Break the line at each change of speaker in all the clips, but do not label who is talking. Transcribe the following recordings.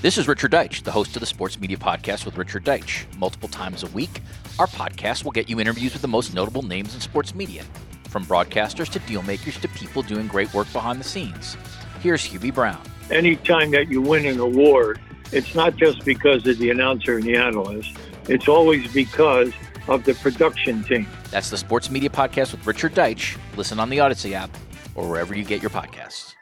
This is Richard Deitch, the host of the Sports Media Podcast with Richard Deitch. Multiple times a week, our podcast will get you interviews with the most notable names in sports media, from broadcasters to dealmakers to people doing great work behind the scenes. Here's Hubie Brown.
anytime that you win an award, it's not just because of the announcer and the analyst, it's always because of the production team.
That's the Sports Media Podcast with Richard Deitch. Listen on the Odyssey app or wherever you get your podcasts.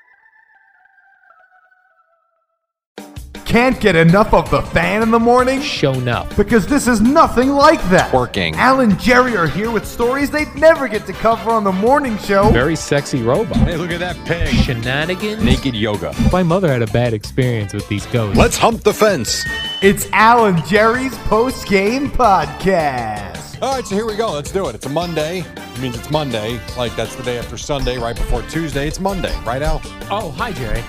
Can't get enough of the fan in the morning?
shown up.
Because this is nothing like that.
Working.
Al and Jerry are here with stories they'd never get to cover on the morning show.
Very sexy robot.
Hey, look at that pig.
Shenanigans.
Naked yoga.
My mother had a bad experience with these ghosts.
Let's hump the fence.
It's Al and Jerry's post game podcast.
All right, so here we go. Let's do it. It's a Monday. It means it's Monday. Like that's the day after Sunday, right before Tuesday. It's Monday, right, Al?
Oh, hi, Jerry.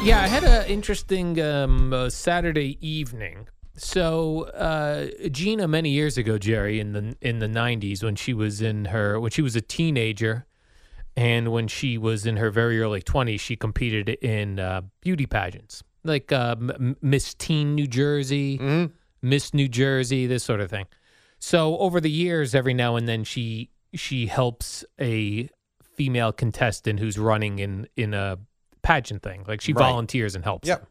Yeah, I had an interesting um, uh, Saturday evening. So uh, Gina, many years ago, Jerry, in the in the '90s, when she was in her when she was a teenager, and when she was in her very early 20s, she competed in uh, beauty pageants, like uh, M- M- Miss Teen New Jersey, Miss New Jersey, this sort of thing. So over the years, every now and then, she she helps a female contestant who's running in in a pageant thing. Like she volunteers and helps.
Yep.
them.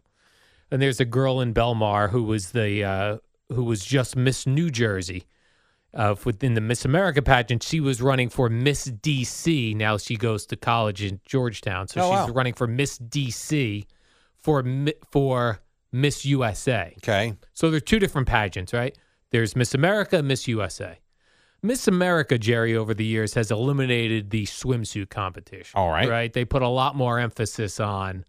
And there's a girl in Belmar who was the uh, who was just Miss New Jersey. Uh, within the Miss America pageant, she was running for Miss DC. Now she goes to college in Georgetown, so
Oh,
she's
wow.
running for Miss DC for Mi- for Miss USA.
Okay.
So there are two different pageants, right? There's Miss America, Miss USA. Miss America, Jerry, over the years has eliminated the swimsuit competition.
All right.
Right? They put a lot more emphasis on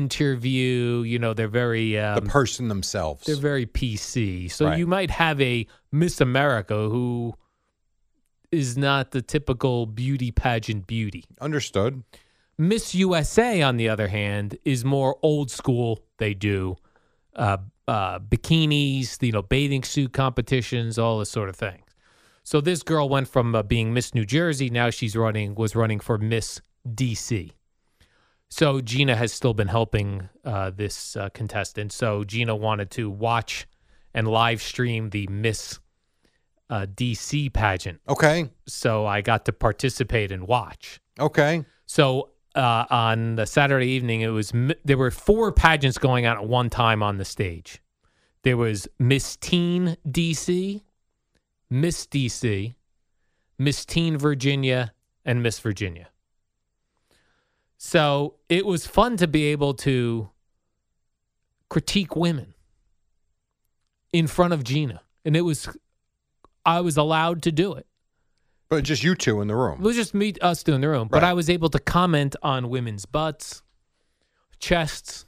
interview. You know, they're very. Um,
The person themselves.
they're very PC. So
Right.
you might have a Miss America who is not the typical beauty pageant beauty.
Understood.
Miss USA, on the other hand, is more old school. They do uh, uh, bikinis, you know, bathing suit competitions, all this sort of thing. So this girl went from uh, being Miss New Jersey, now she's running was running for Miss DC. So Gina has still been helping uh, this uh, contestant. So Gina wanted to watch and live stream the Miss uh, DC pageant.
Okay.
So I got to participate and watch.
Okay.
So uh, on the Saturday evening, it was m- there were four pageants going on at one time on the stage. There was Miss Teen DC, Miss DC, Miss Teen Virginia, and Miss Virginia. So it was fun to be able to critique women in front of Gina, and it was I was allowed to do it.
But just you two in the
It
room.
was just me, us doing the room. But
Right.
I was able to comment on women's butts, chests,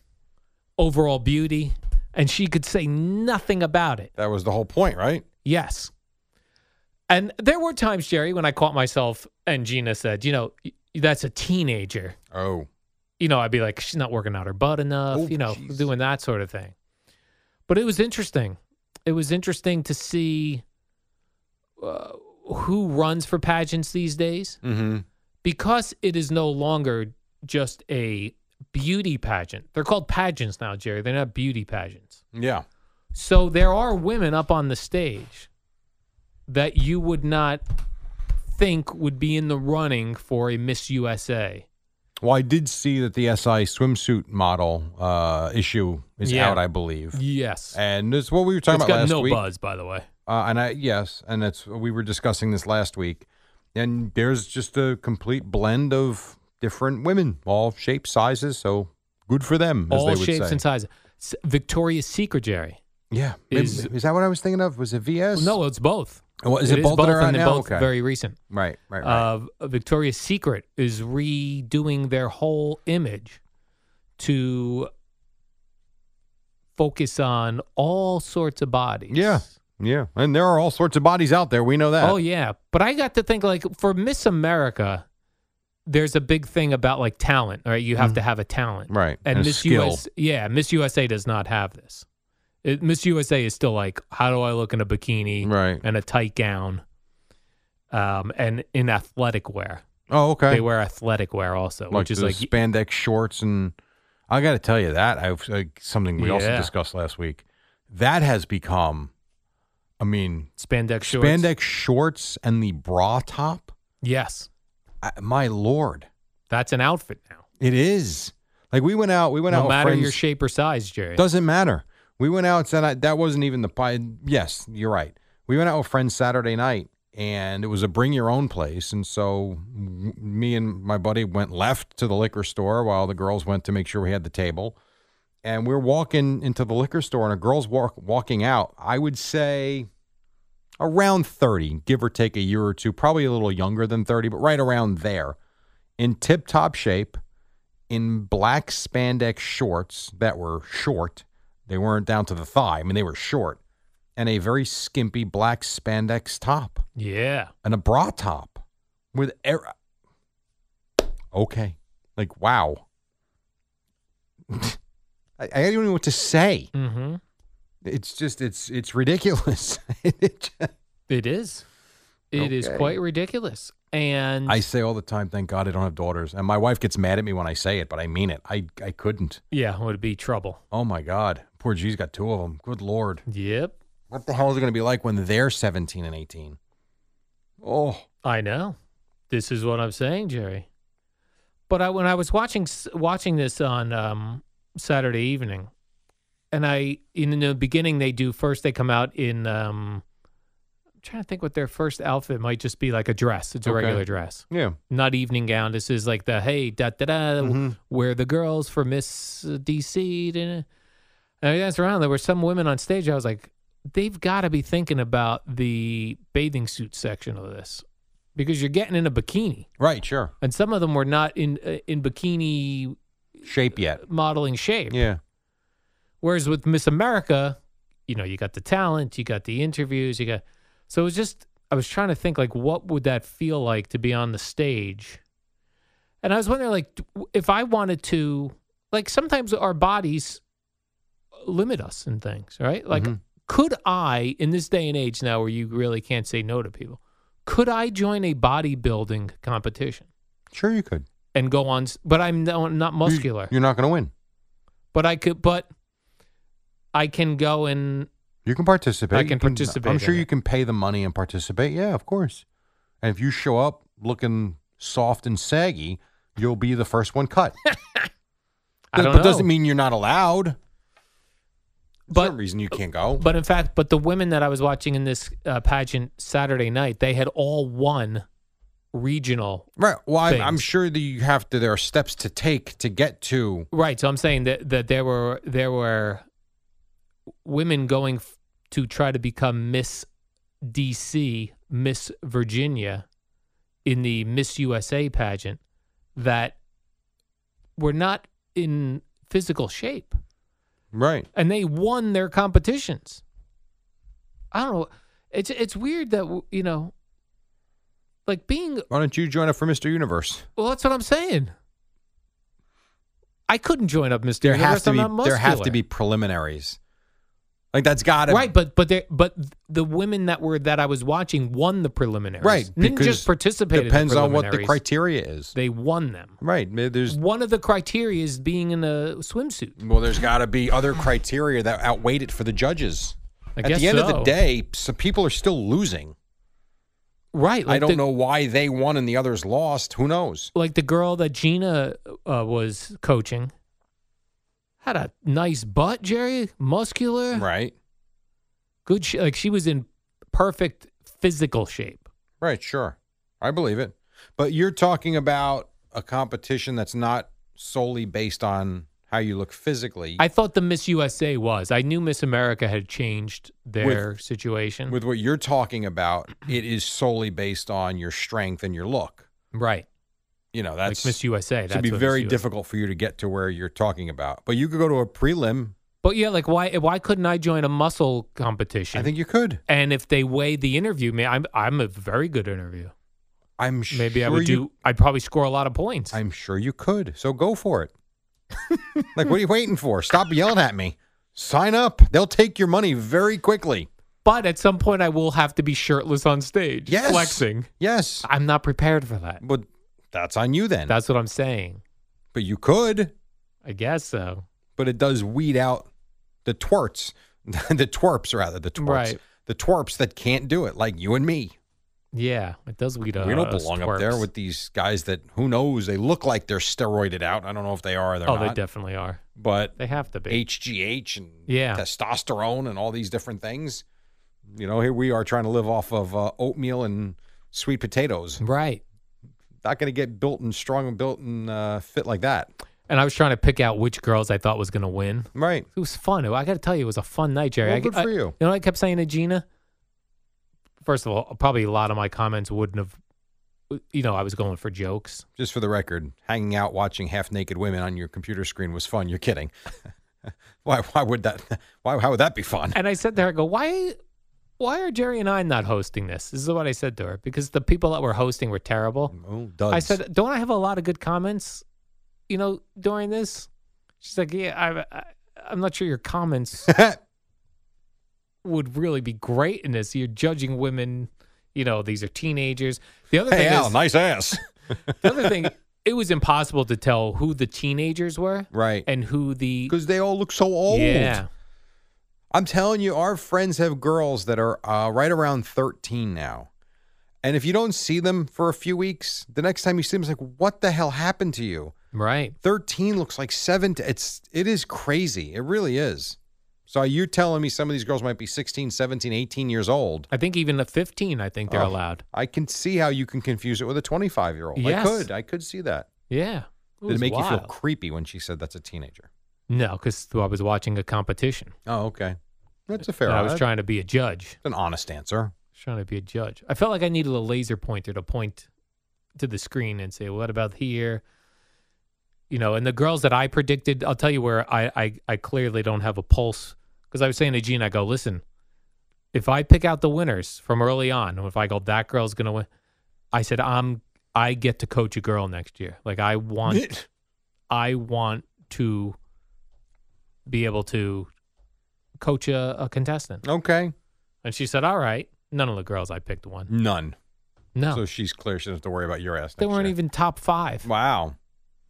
overall beauty, and she could say nothing about it.
That was the whole point, right?
Yes. And there were times, Jerry, when I caught myself and Gina said, you know, y- that's a teenager.
Oh.
You know, I'd be like, she's not working out her butt enough,
Oh,
you know,
jeez.
doing that sort of thing. But it was interesting. It was interesting to see uh, who runs for pageants these days
Mm-hmm.
because it is no longer just a beauty pageant. They're called pageants now, Jerry. They're not beauty pageants.
Yeah.
So there are women up on the stage that you would not think would be in the running for a Miss USA
Well, I did see that the SI swimsuit model uh, issue is
Yeah.
out, I believe.
Yes.
And it's what we were talking
it's
about
got
last
no
week.
buzz, by the way.
Uh, and I yes, and that's we were discussing this last week. And there's just a complete blend of different women, all shapes, sizes. So good for them, as
All
they would
shapes
say.
and sizes. S- Victoria's Secret, Jerry.
yeah, Maybe-
is-
is, that what I was thinking of? Was it VS?
No, it's both.
Oh, is it both that
both,
are out
and they're
now?
both
Okay.
very recent.
Right, right, right.
Uh, Victoria's Secret is redoing their whole image to focus on all sorts of bodies.
yeah, yeah. And there are all sorts of bodies out there. We know that.
Oh yeah, but I got to think like for Miss America, there's a big thing about like talent, right? You have to have a talent,
Mm. Right,
And,
and a
Miss
skill.
US, yeah, Miss USA does not have this. It, Miss USA is still like, how do I look in a bikini,
Right.
and a tight gown, um, and in athletic wear.
Oh, okay.
They wear athletic wear also, which is
the
like
spandex shorts and I got to tell you that I like, something we also
Yeah.
discussed last week. That has become, I mean,
spandex shorts.
spandex shorts and the bra top.
Yes,
I, my lord,
that's an outfit now.
it is like we went out. We went out.
no
with
matter
friends.
your shape or size, Jerry.
Doesn't matter. We went out and I, that wasn't even the pie. Yes, you're right. We went out with friends Saturday night and it was a bring your own place. And so m- me and my buddy went left to the liquor store while the girls went to make sure we had the table. And we are walking into the liquor store and a girl's walk, walking out, I would say around 30, give or take a year or two, probably a little younger than 30, but right around there in tip top shape in black spandex shorts that were short. They weren't down to the thigh. I mean, they were short. And a very skimpy black spandex top
yeah,
and a bra top with air. Okay. Like, wow. I, I don't even know what to say.
mm-hmm.
It's just, it's, it's ridiculous. It ju-
it is. It is
Okay.
quite ridiculous. And
I say all the time, thank God I don't have daughters. And my wife gets mad at me when I say it, but I mean it. I, I couldn't.
Yeah, would be trouble.
Oh my God. Poor G's got two of them. Good Lord.
Yep,
What the hell is it going to be like when they're 17 and 18? Oh,
I know. This is what I'm saying, Jerry. But I, when I was watching s- watching this on um, Saturday evening, and I in the beginning they do first they come out in um, I'm trying to think what their first outfit might just be like a dress. It's a
Okay.
regular dress,
yeah.
not evening gown. This is like the hey da da da, where the girls for Miss uh, DC. da, da. And I danced around. There were some women on stage. I was like, they've got to be thinking about the bathing suit section of this because you're getting in a bikini,
Right, sure.
and some of them were not in uh, in bikini
Shape yet.
modeling shape.
Yeah.
Whereas with Miss America, you know, you got the talent, you got the interviews, you got. So it was just, I was trying to think, like, what would that feel like to be on the stage? And I was wondering, like, d- w- if I wanted to, like, sometimes our bodies limit us in things, right? Like, could I, in this day and age now where you really can't say no to people, could I join a bodybuilding competition
Sure, you could.
and go on? s- But I'm no- not muscular
You're not going to win.
but I could, but I can go and
You can participate.
I
You
can participate
I'm
in
sure you
it.
can pay the money and participate. Yeah, of course. And if you show up looking soft and saggy, you'll be the first one cut.
I don't
but
know.
doesn't mean you're not allowed. There's
But-
no reason you can't go.
But in fact, but the women that I was watching in this uh, pageant Saturday night, they had all won regional.
right. Well, I'm, I'm
Things.
sure that you have to, there are steps to take to get to.
Right. So I'm saying that that there were there were women going f- to try to become Miss DC, Miss Virginia in the Miss USA pageant that were not in physical shape.
Right.
and they won their competitions. I don't know. It's it's weird that w- you know, like being.
Why don't you join up for Mr. Universe?
Well, that's what I'm saying. I couldn't join up, Mister.
there have to
I'm
be
not
there have to
muscular.
be preliminaries. Like that's got to
right, but but there but the women that were that I was watching won the preliminaries.
right
didn't
because
just participate. in the
Depends on what the
preliminaries.
criteria is.
They won them.
Right, ma- there's
One of the criteria is being in a swimsuit.
well, there's got to be other criteria that outweigh it for the judges.
I
At
guess
the end of the
so.
day, so people are still losing.
Right.
I
like
don't
the-
know why they won and the others lost. Who knows?
Like the girl that Gina uh, was coaching had a nice butt, Jerry, muscular,
Right.
good. Sh- like she was in perfect physical shape.
Right, sure. I believe it. But you're talking about a competition that's not solely based on how you look physically
I thought the Miss USA was. I knew Miss America had changed their situation.
with what you're talking about, it is solely based on your strength and your look.
right.
You know, that's
like Miss USA. That's
It'd be
what Miss
very
USA
difficult for you to get to where you're talking about. But you could go to a prelim.
But yeah, like why why couldn't I join a muscle competition?
I think you could.
and if they weigh the interview, man, I'm I'm a very good interview.
I'm sure
Maybe I would
you,
do. I'd probably score a lot of points.
I'm sure you could. So go for it. like, what are you waiting for? Stop yelling at me. Sign up. They'll take your money very quickly.
but at some point, I will have to be shirtless on stage,
Yes.
flexing.
Yes.
I'm not prepared for that.
But that's on you then.
That's what I'm saying.
but you could.
I guess so.
But it does weed out the twerps, the twerps rather, the twerps,
Right.
the twerps that can't do it, like you and me.
Yeah, it does weed out.
we don't
us
belong up there
twerps.
with these guys that who knows? They look like they're steroided out. I don't know if they are. Or they're
Oh,
not.
they definitely are.
But
They have to be.
HGH and
Yeah.
testosterone and all these different things. You know, here we are trying to live off of uh, oatmeal and sweet potatoes.
Right.
Not going to get built and strong and built and uh, fit like that.
And I was trying to pick out which girls I thought was going to win.
Right.
It was fun. I got to tell you, it was a fun night, Jerry.
Well,
I-
good
I,
for you.
know what I kept saying to Gina? First of all, probably a lot of my comments wouldn't have, you know, I was going for jokes.
Just for the record, hanging out watching half naked women on your computer screen was fun. You're kidding. why, why would that? Why, how would that be fun?
And I said to her, I go, why, why are Jerry and I not hosting this? This is what I said to her because the people that were hosting were terrible.
Oh, duds.
I said, don't I have a lot of good comments, you know, during this? She's like, yeah, I, I, I'm not sure your comments would really be great in this. You're judging women, you know, these are teenagers. The other
hey,
thing
Al,
is,
nice ass.
the other thing, it was impossible to tell who the teenagers were
right.
and who the
Because they all look so old.
yeah.
I'm telling you, our friends have girls that are uh, right around 13 now. And if you don't see them for a few weeks, the next time you see them, it's like, what the hell happened to you?
Right.
13 looks like 7. To, it's it is crazy. It really is. So you're telling me some of these girls might be 16, 17, 18 years old.
I think even at 15, I think they're
Oh,
allowed.
I can see how you can confuse it with a 25 year old. I
Yes.
could. I could see that.
Yeah. It
Did it
was
make you feel
wild.
creepy when she said that's a teenager?
No, because I was watching a competition.
Oh, okay. That's a fair.
and I was
that's
trying to be a judge.
an honest answer.
trying to be a judge. I felt like I needed a laser pointer to point to the screen and say, "What about here?" You know, and the girls that I predicted, I'll tell you where I I, I clearly don't have a pulse because I was saying to Gene, I go, "Listen, if I pick out the winners from early on, and if I go that girl's gonna win," I said, "I'm I get to coach a girl next year. Like I want, I want to be able to coach a, a contestant."
Okay.
And she said, "All right." None of the girls I picked won.
None.
No,
Mm. So she's clear. She doesn't have to worry about your ass.
they
next
weren't
year.
even top five.
Wow.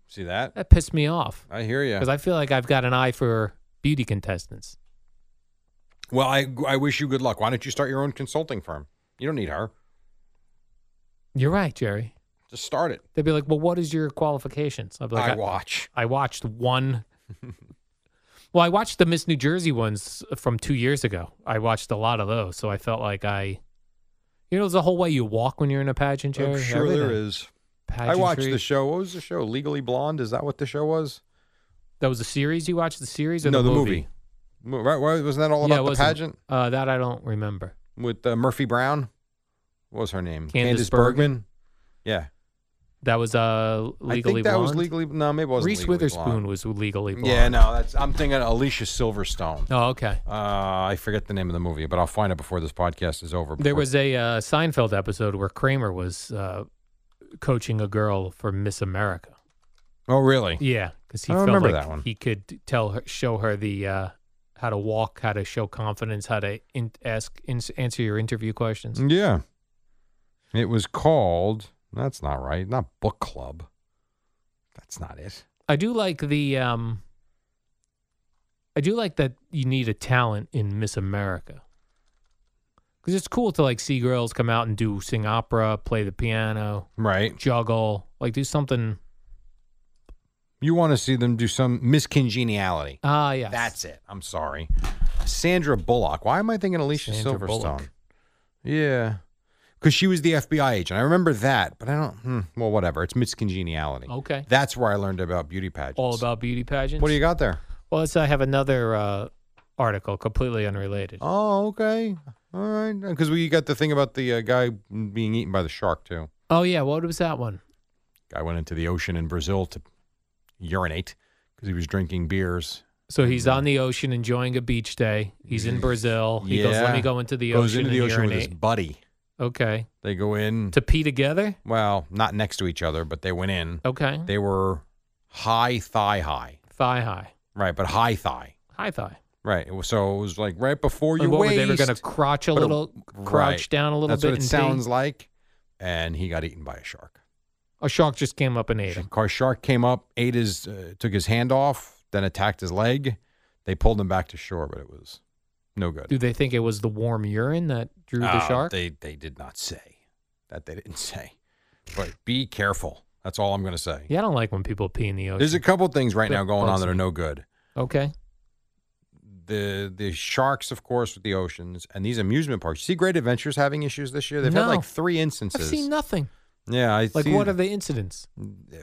See that?
That pissed me off
I hear you.
because I feel like I've got an eye for beauty contestants.
well, I I wish you good luck. Why don't you start your own consulting firm? You don't need her.
You're right, Jerry.
Just start it.
They'd be like, "Well, what is your qualifications?" I'd be like,
I watch.
I watched one." well, I watched the Miss New Jersey ones from two years ago. I watched a lot of those, so I felt like I, you know, there's a whole way you walk when you're in a pageant, Jerry.
I'm sure there
Everything.
is. I watched
Pageantry.
the show. What was the show? Legally Blonde. Is that what the show was?
That was the series you watched. The series or
no,
the
movie. Mo- Right? why- Wasn't that all
Yeah, it
about the
wasn't-
pageant
Uh, that I don't remember.
with uh, Murphy Brown? What was her name?
Candace
Candace Bergman. Yeah.
That was uh legally.
I think that was
Blonde?
legally. No, maybe it wasn't.
Reese
Legally
Witherspoon
Blonde.
was legally blonde.
Yeah, no, that's. I'm thinking Alicia Silverstone.
Oh, okay.
Uh, I forget the name of the movie, but I'll find it before this podcast is over.
There
before-
was a uh, Seinfeld episode where Kramer was uh, coaching a girl for Miss America.
Oh, really?
Yeah, because he
I
felt
remember
like
that one.
he could tell her, show her the uh, how to walk, how to show confidence, how to in- ask, in- answer your interview questions.
Yeah. It was called. That's not right. Not book club. That's not it.
I do like the. Um, I do like that you need a talent in Miss America. Because it's cool to like see girls come out and do sing opera, play the piano,
Right.
juggle, like do something.
You want to see them do some miscongeniality.
Ah, yeah.
That's it. I'm sorry. Sandra Bullock. Why am I thinking Alicia
Sandra
Silverstone?
Bullock.
Yeah. Because she was the FBI agent. I remember that, but I don't. Hmm, well, whatever. It's miscongeniality.
Okay.
That's where I learned about beauty pageants.
all about beauty pageants.
What do you got there?
Well, so I have another uh, article completely unrelated.
Oh, okay. All right. Because we got the thing about the uh, guy being eaten by the shark, too.
Oh yeah, what was that one?
Guy went into the ocean in Brazil to urinate because he was drinking beers.
So he's on the ocean enjoying a beach day. He's in Brazil. He goes, "Let
Yeah.
me go into the
Goes
ocean
into the
and
ocean with his
urinate."
buddy.
Okay,
They go in.
to pee together.
Well, not next to each other, but they went in.
Okay,
They were high thigh high,
thigh high,
right? But high thigh,
high thigh.
right? It was, so it was like right before
Like,
your
what were
waist.
they were going to crotch a
but it-
little, crouch
right.
down a little
That's
bit,
what it
and
sounds
pee?
like. And he got eaten by a shark.
A shark just came up and ate him.
Car shark came up, ate his, uh, took his hand off, then attacked his leg. They pulled him back to shore, but it was no good.
Do they think it was the warm urine that drew the
Uh,
shark?
They they did not say that. They didn't say. But be careful. That's all I'm going to say.
yeah, I don't like when people pee in the ocean.
There's a couple things right
That
now going on
bugs
that
me.
are no good.
okay,
the the sharks, of course, with the oceans and these amusement parks. You see Great Adventures having issues this year. They've had
No.
like three
I've
instances.
seen nothing.
yeah, I
Like,
see
what are the incidents?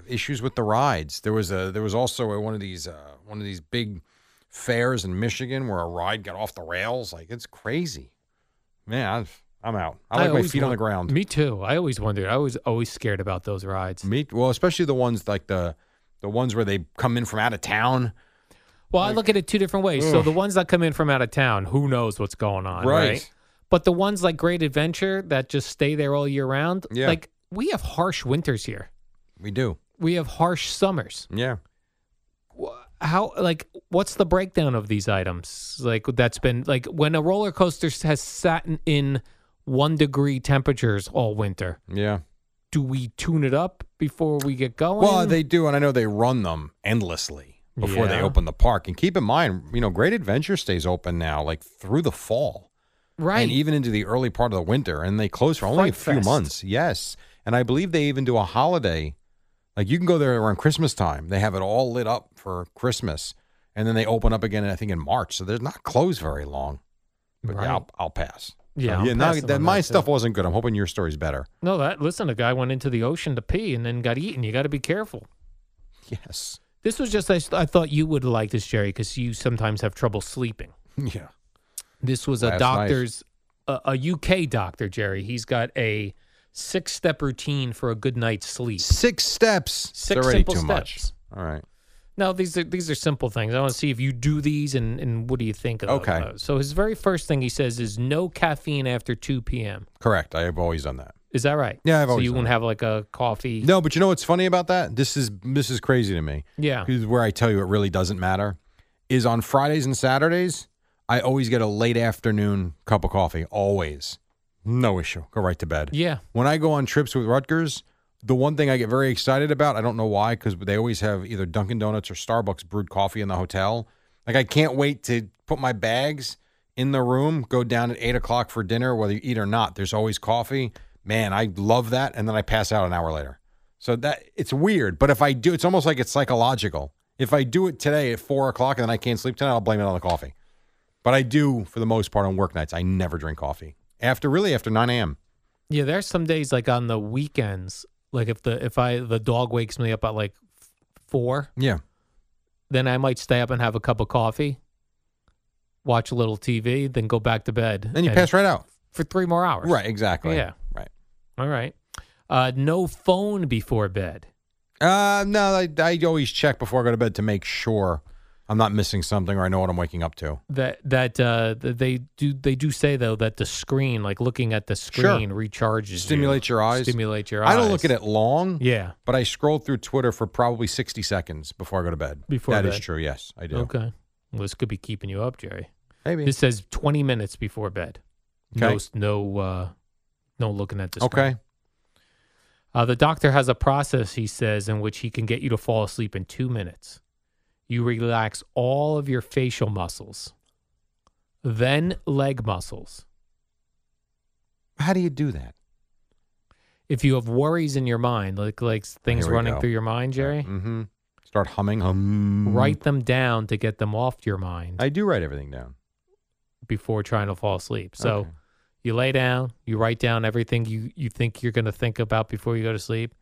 issues with the rides. There was a there was also a, one of these uh, one of these big fairs in Michigan where a ride got off the rails. Like it's crazy. Man, I've, I'm out. I like my
always
feet on the
won-
ground.
Me too. I always wondered. I was always scared about those rides.
Me- well, especially the ones like the the ones where they come in from out of town.
Well, I look at it two different ways. So the ones that come in from out of town, who knows what's going on, right?
Right.
But the ones like Great Adventure that just stay there all year round,
Yeah.
like we have harsh winters here.
We do.
We have harsh summers.
Yeah.
How like what's the breakdown of these items? Like that's been like when a roller coaster has sat in- in 1 degree temperatures all winter.
Yeah.
Do we tune it up before we get going?
Well, they do, and I know they run them endlessly before they
Yeah.
open the park. And keep in mind, you know, Great Adventure stays open now, like through the fall,
right.
and even into the early part of the winter, and they close for only a
Fright
few
Fest.
months. Yes, and I believe they even do a holiday, like you can go there around Christmas time. They have it all lit up for Christmas, and then they open up again, I think, in March. So they're not closed very long. But
Right.
yeah, I'll, I'll pass.
yeah.
yeah.
I'm
now
passing
that
on
my
too.
stuff wasn't good. I'm hoping your story's better.
No, that listen, a guy went into the ocean to pee and then got eaten. You got to be careful.
Yes.
This was just I, s- I thought you would like this, Jerry, because you sometimes have trouble sleeping.
Yeah.
This was a
That's nice.
doctor's, a, a UK doctor, Jerry. He's got a six-step routine for a good night's sleep.
Six steps.
Six
it's already
simple
too much.
steps.
All right.
Now these are these are simple things. I want to see if you do these and and what do you think of
Okay.
those. So his very first thing he says is no caffeine after two p.m.
Correct. I have always done that.
Is that right?
Yeah, I've
so
always
you
done
won't have like a coffee.
No, but you know what's funny about that? This is this is crazy to me.
Yeah.
This is where I tell you it really doesn't matter. Is on Fridays and Saturdays, I always get a late afternoon cup of coffee. Always. No issue. Go right to bed.
Yeah.
When I go on trips with Rutgers, the one thing I get very excited about, I don't know why, because they always have either Dunkin' Donuts or Starbucks brewed coffee in the hotel. Like I can't wait to put my bags in the room, go down at eight o'clock for dinner, whether you eat or not. There's always coffee. Man, I love that. And then I pass out an hour later. So that it's weird. But if I do, it's almost like it's psychological. If I do it today at four o'clock and then I can't sleep tonight, I'll blame it on the coffee. But I do, for the most part, on work nights, I never drink coffee. After really after nine a.m.
Yeah, there's some days like on the weekends, like if the if I the dog wakes me up at like f- four,
Yeah.
then I might stay up and have a cup of coffee, watch a little TV, then go back to bed.
Then you
and-
pass right out.
for three more hours.
Right, exactly.
Yeah.
Right.
All right. Uh, no phone before bed.
Uh, no, I, I always check before I go to bed to make sure I'm not missing something or I know what I'm waking up to.
That that uh, th- they do they do say though that the screen, like looking at the screen, recharges, you.
Stimulate your eyes.
stimulate your eyes.
I don't look at it long,
Yeah.
but I scroll through Twitter for probably 60 seconds before I go to bed.
Before
that is
bed.
true. Yes, I do.
Okay. Well, this could be keeping you up, Jerry.
Maybe.
This says 20 minutes before bed.
Okay.
No, no, uh, no looking at the screen.
okay.
Uh, the doctor has a process, he says, in which he can get you to fall asleep in two minutes. You relax all of your facial muscles, then leg muscles,
How do you do that?
If you have worries in your mind, like like things
Here we
running
go.
through your mind, Jerry,
Mm-hmm. Start humming. Hum.
write them down to get them off your mind
I do write everything down.
before trying to fall asleep. So
Okay.
you lay down, you write down everything you you think you're going to think about before you go to sleep.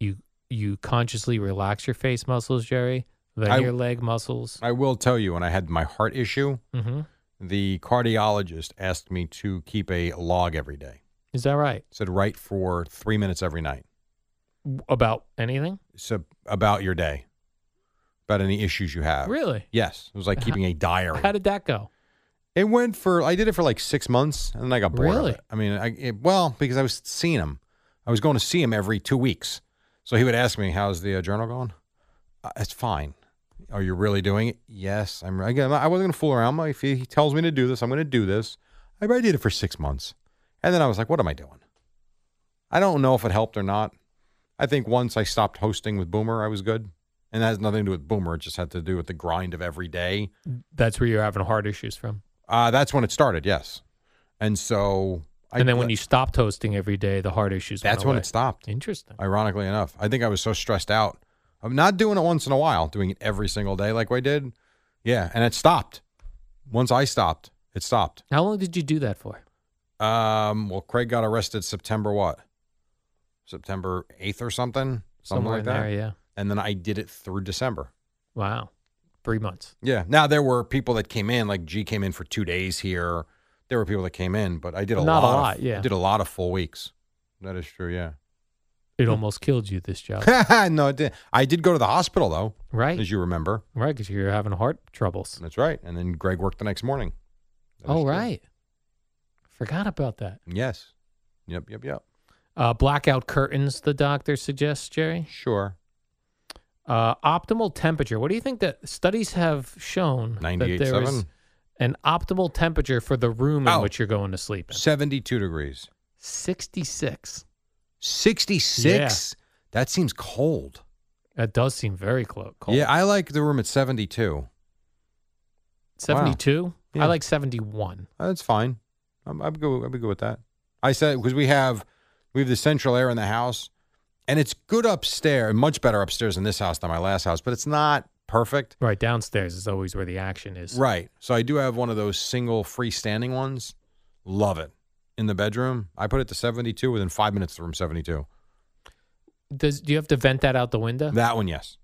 You you consciously relax your face muscles, Jerry, then
I-
your leg muscles.
I will tell you, when I had my heart issue,
hmm
the cardiologist asked me to keep a log every day.
Is that right?
Said write for three minutes every night.
About anything?
So about your day, about any issues you have.
Really?
Yes, it was like keeping a diary.
How did that go?
It went for I did it for like six months, and then I got bored.
Really?
Of it. I mean, I it, well because I was seeing him, I was going to see him every two weeks, so he would ask me, "How's the uh, journal going?" Uh, it's fine. Are you really doing it? Yes, I'm. Again, I wasn't going to fool around. If he, he tells me to do this, I'm going to do this. I, I did it for six months, and then I was like, "What am I doing?" I don't know if it helped or not. I think once I stopped hosting with Boomer, I was good, and that has nothing to do with Boomer. It just had to do with the grind of every day.
That's where you're having heart issues from.
Uh, that's when it started, yes. And so, I,
and then when you stopped hosting every day, the heart issues. went
that's when
away.
it stopped.
Interesting.
Ironically enough, I think I was so stressed out. I'm not doing it once in a while, doing it every single day like I did. Yeah, and it stopped. Once I stopped, it stopped.
How long did you do that for?
Um, well, Craig got arrested September what? September eighth or something, something
Somewhere
like
in
that.
There, yeah.
And then I did it through December.
Wow. Three months.
Yeah. Now there were people that came in, like G came in for two days here. There were people that came in, but I did a
Not a
lot.
lot,
of,
yeah.
I did a lot of full weeks. That is true. Yeah. Hmm.
It almost killed you. This job,
no, it did. I did go to the hospital though,
right?
as you remember.
right, because you're having heart troubles.
That's right. And then Greg worked the next morning. That is
Oh,
true.
right. Forgot about that.
Yes. Yep. Yep. Yep.
Uh, blackout curtains. The doctor suggests, Jerry.
Sure.
Uh, optimal temperature. What do you think that studies have shown that there is
98.7?
an optimal temperature for the room in
Oh.
which you're going to sleep in?
Seventy-two degrees.
Sixty-six.
Sixty-six. That seems cold.
That does seem very clo- cold.
Yeah, I like the room at seventy-two.
seventy-two. I
Yeah.
like seventy-one.
Uh, That's fine. I'm, I'm good. I'm good with that. I said because we have we have the central air in the house, and it's good upstairs, much better upstairs in this house than my last house, but it's not perfect.
Right downstairs is always where the action is.
Right. So I do have one of those single freestanding ones. Love it. In the bedroom, I put it to 72. Within five minutes, the room 72.
Does do you have to vent that out the window?
That one, yes.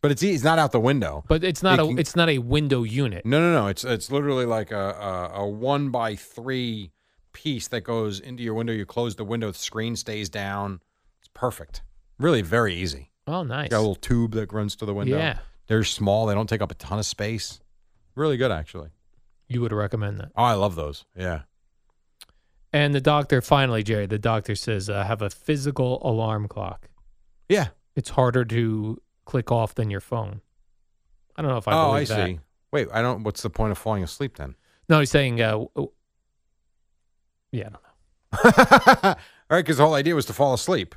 But it's e- it's not out the window.
But it's not
It
a
can-
it's not a window unit.
No, no, no. It's it's literally like a, a a one by three piece that goes into your window. You close the window, the screen stays down. It's perfect. Really, very easy.
Oh, nice.
Got a little tube that runs to the window.
Yeah.
they're small. They don't take up a ton of space. Really good, actually.
You would recommend that.
Oh, I love those. Yeah.
And the doctor finally, Jerry, the doctor says uh, have a physical alarm clock.
Yeah.
It's harder to click off than your phone. I don't know if I
oh, I
believe that.
see. Wait, I don't. What's the point of falling asleep then?
No, he's saying, uh, w- w- yeah, I don't know.
All right, because the whole idea was to fall asleep.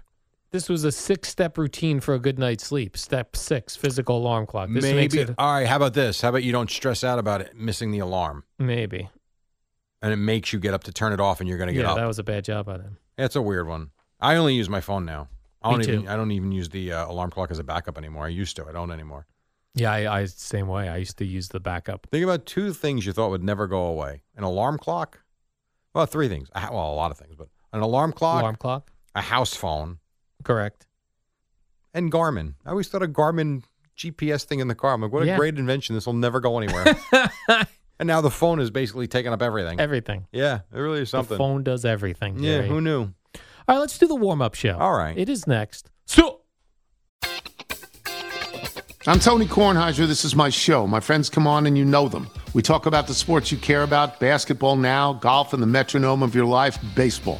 This was a six-step routine for a good night's sleep. Step six: physical alarm clock. Uh, This makes
Maybe.
it,
All right. How about this? How about you don't stress out about it missing the alarm,
maybe.
and it makes you get up to turn it off, and you're going to get
Yeah,
up.
that was a bad job by them.
That's a weird one. I only use my phone now. I
Me
don't even
too.
I don't even use the uh, alarm clock as a backup anymore. I used to. I don't anymore.
Yeah, I, I same way. I used to use the backup.
Think about two things you thought would never go away: an alarm clock. Well, three things. A- Well, a lot of things, but an alarm clock,
alarm clock.
a house phone,
Correct.
and Garmin. I always thought a Garmin GPS thing in the car. I'm like, what a
Yeah.
great invention! This will never go anywhere. and now the phone is basically taking up everything.
Everything.
yeah, it really is something.
The phone does everything.
yeah,
Jerry.
who knew?
All right, let's do the warm up show.
All right.
It is next. So,
I'm Tony Kornheiser. This is my show. My friends come on and you know them. We talk about the sports you care about basketball now, golf, and the metronome of your life, baseball.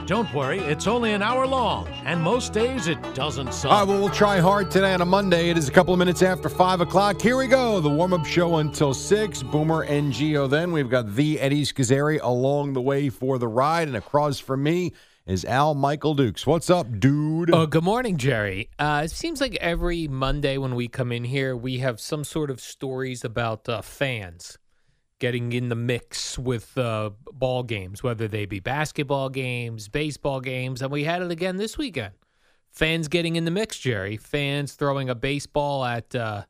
Don't worry, it's only an hour long, and most days it doesn't suck.
All right, well, we'll try hard today on a Monday. It is a couple of minutes after 5 o'clock. Here we go. The warm up show until 6. Boomer and Geo then. We've got the Eddie Schizzeri along the way for the ride. And across from me is Al Michael Dukes. What's up, dude?
Oh, good morning, Jerry. Uh, it seems like every Monday when we come in here, we have some sort of stories about uh, fans getting in the mix with uh, ball games, whether they be basketball games, baseball games, and we had it again this weekend. Fans getting in the mix, Jerry. Fans throwing a baseball at uh,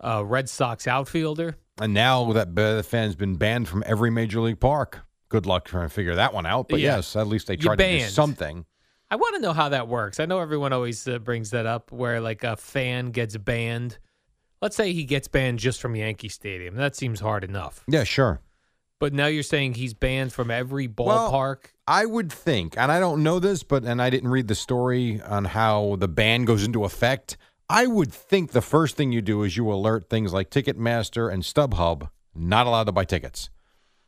a Red Sox outfielder.
And now that uh, the fan's been banned from every major league park. Good luck trying to figure that one out. But
Yeah.
yes, at least they
You're
tried to do
banned.
something.
I want to know how that works. I know everyone always uh, brings that up where like a fan gets banned. Let's say he gets banned just from Yankee Stadium. That seems hard enough.
Yeah, sure.
But now you're saying he's banned from every
Well,
ballpark.
I would think, and I don't know this, but and I didn't read the story on how the ban goes into effect. I would think the first thing you do is you alert things like Ticketmaster and StubHub not allowed to buy tickets.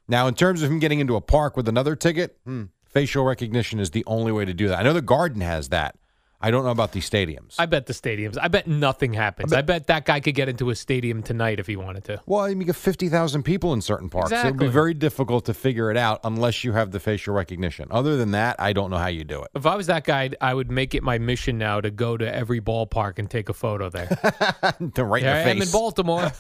Now, in terms of him getting into a park with another ticket, hmm, facial recognition is the only way to do that. I know the Garden has that. I don't know about these stadiums.
I bet the stadiums. I bet nothing happens. I bet, that guy could get into a stadium tonight if he wanted to.
Well, I mean, you get 50,000 people in certain parks. It would be
Exactly.
very difficult to figure it out unless you have the facial recognition. Other than that, I don't know how you do it.
If I was that guy, I would make it my mission now to go to every ballpark and take a photo there.
right
Here
in the
I am in
face.
Baltimore.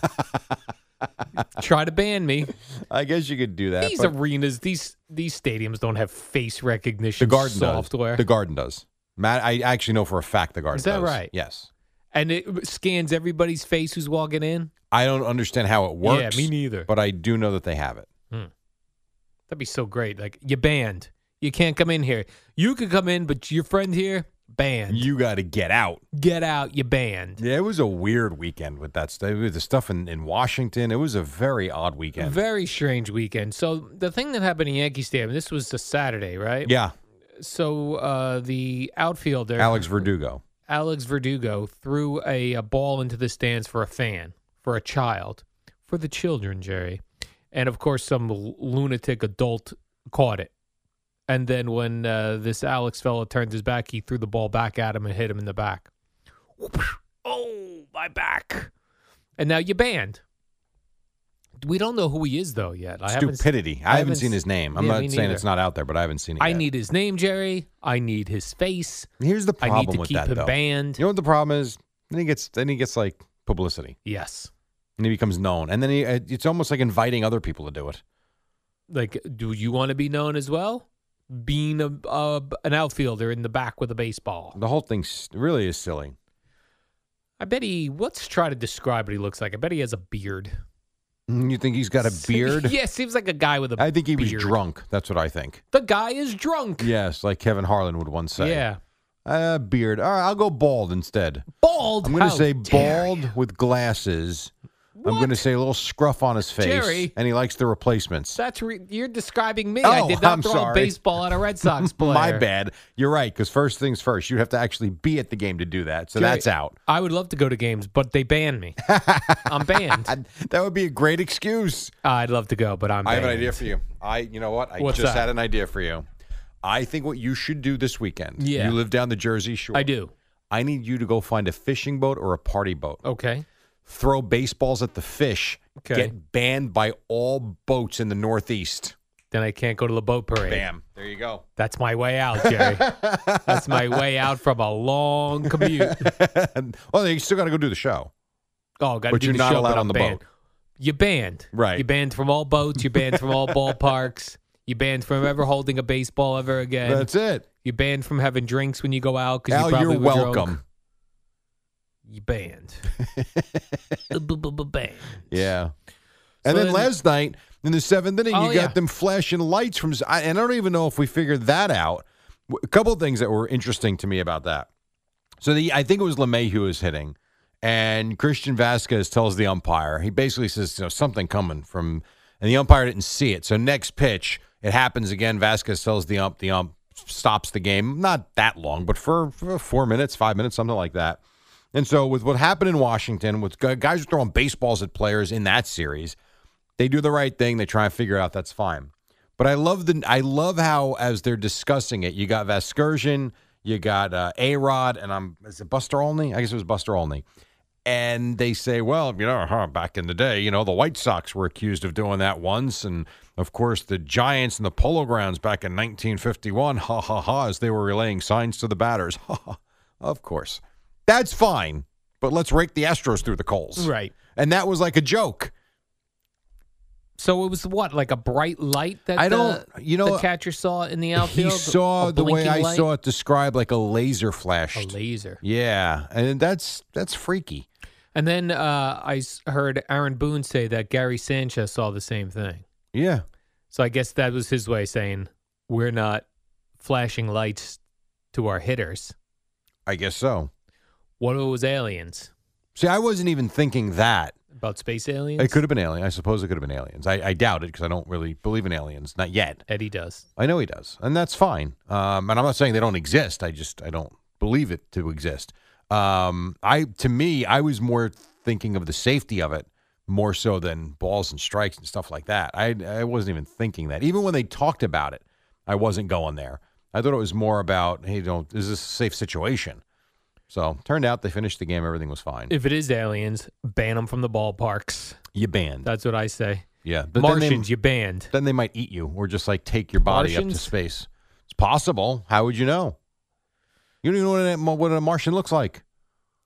Try to ban me.
I guess you could do that.
These
but-
arenas, these these stadiums don't have face
The
recognition
garden
software.
does. The garden does. Matt, I actually know for a fact the garden
Is that
does.
right?
Yes.
and it scans everybody's face who's walking in.
I don't understand how it works.
me neither.
But I do know that they have it.
That'd be so great. Like you banned. You can't come in here. You could come in, but your friend here banned.
You got to get out.
Get out. You banned.
Yeah, it was a weird weekend with that stuff. With the stuff in, in Washington, it was a very odd weekend.
Very strange weekend. So the thing that happened in Yankee Stadium, this was a Saturday, right?
yeah,
So uh, the outfielder
Alex Verdugo.
Alex Verdugo threw a, a ball into the stands for a fan, for a child, for the children, Jerry, and of course some l- lunatic adult caught it. And then when uh, this Alex fella turned his back, he threw the ball back at him and hit him in the back. Oh, my back! And now you're banned. We don't know who he is though yet. I haven't s-
Stupidity. I, haven't seen his name. I'm
Yeah,
not
me
saying
neither.
it's not out there, but I haven't seen it.
I
yet.
need his name, Jerry. I need his face.
Here's the problem
I need to
with
keep
that,
him
though.
banned.
You know what the problem is? Then he gets then he gets like publicity,
Yes.
and he becomes known, and then he, uh, it's almost like inviting other people to do it.
Like, do you want to be known as well? Being a, a an outfielder in the back with a baseball.
The whole thing s- really is silly.
I bet he. Let's try to describe what he looks like. I bet he has a beard.
Mm, You think he's got a beard?
yeah, seems like a guy with a.
I think he was
beard.
drunk. That's what I think.
The guy is drunk.
Yes, like Kevin Harlan would once say.
Yeah,
Uh, beard. All right, I'll go bald instead.
bald.
I'm going to
How
say
dare
bald with glasses. I'm going to say a little scruff on his face.
Jerry.
And he likes the replacements.
That's re- you're describing me.
Oh,
I did not
I'm
throw
sorry.
a baseball at a Red Sox player.
My bad. You're right, because first things first, you have to actually be at the game to do that. So
Jerry,
that's out.
I would love to go to games, but they banned me. I'm banned.
That would be a great excuse.
I'd love to go, but I'm.
I have an
banned.
idea for you. I, you know what? I
What's
just
that?
had an idea for you. I think what you should do this weekend.
Yeah.
You live down the Jersey Shore.
I do.
I need you to go find a fishing boat or a party boat.
Okay.
Throw baseballs at the fish.
Okay.
Get banned by all boats in the Northeast.
Then I can't go to the boat parade.
Bam. There you go.
That's my way out, Jerry. That's my way out from a long commute.
well, Oh, you still got to go do the show.
Oh, got to
But
do
you're
the
not
show,
allowed
but
on
I'm
the
banned.
boat.
You're banned.
Right.
You're banned from all boats. You're banned from all ballparks. You're banned from ever holding a baseball ever again.
That's it.
You're banned from having drinks when you go out because
Al,
you probably
you're
were drunk.
welcome.
You're banned. B-b-b-banned.
Yeah.
So
And then,
then-
last night in the seventh inning,
Oh,
you
yeah.
got them flashing lights from. I, and I don't even know if we figured that out. W- A couple of things that were interesting to me about that. So the I think it was LeMay who was hitting, and Christian Vasquez tells the umpire he basically says you know something coming from, and the umpire didn't see it. So next pitch it happens again. Vasquez tells the ump the ump stops the game. Not that long, but for, for four minutes, five minutes, something like that. And so with what happened in Washington, with gu- guys throwing baseballs at players in that series, they do the right thing. They try and figure it out. That's fine. But I love the I love how as they're discussing it, you got Vaskersian, you got uh, A Rod, and I'm is it Buster Olney? I guess it was Buster Olney. And they say, well, you know, huh, back in the day, you know, the White Sox were accused of doing that once, and of course the Giants and the Polo Grounds back in 1951, ha ha ha, as they were relaying signs to the batters, ha ha. Of course, that's fine, but let's rake the Astros through the coals,
Right.
And that was like a joke.
So it was what, like a bright light that
I
the-
don't- you know,
the catcher saw in the outfield.
He saw
A
the way I
blinking light?
saw it described like a laser flash.
A laser.
Yeah, and that's that's freaky.
And then uh, I s- heard Aaron Boone say that Gary Sanchez saw the same thing.
Yeah.
So I guess that was his way of saying we're not flashing lights to our hitters.
I guess so.
What if it was aliens?
See, I wasn't even thinking that.
About space aliens?
It could have been alien. I suppose it could have been aliens. I, I doubt it because I don't really believe in aliens. Not yet.
Eddie does.
I know he does, and that's fine. Um, and I'm not saying they don't exist. I just I don't believe it to exist. Um, I to me, I was more thinking of the safety of it more so than balls and strikes and stuff like that. I I wasn't even thinking that. Even when they talked about it, I wasn't going there. I thought it was more about hey, don't is this a safe situation? So turned out they finished the game. Everything was fine.
If it is aliens, ban them from the ballparks.
you banned.
That's what I say.
Yeah, then
Martians, you banned.
Then they might eat you, or just like take your body up
Martians?
to space. It's possible. How would you know? You don't even know what a, what a Martian looks like.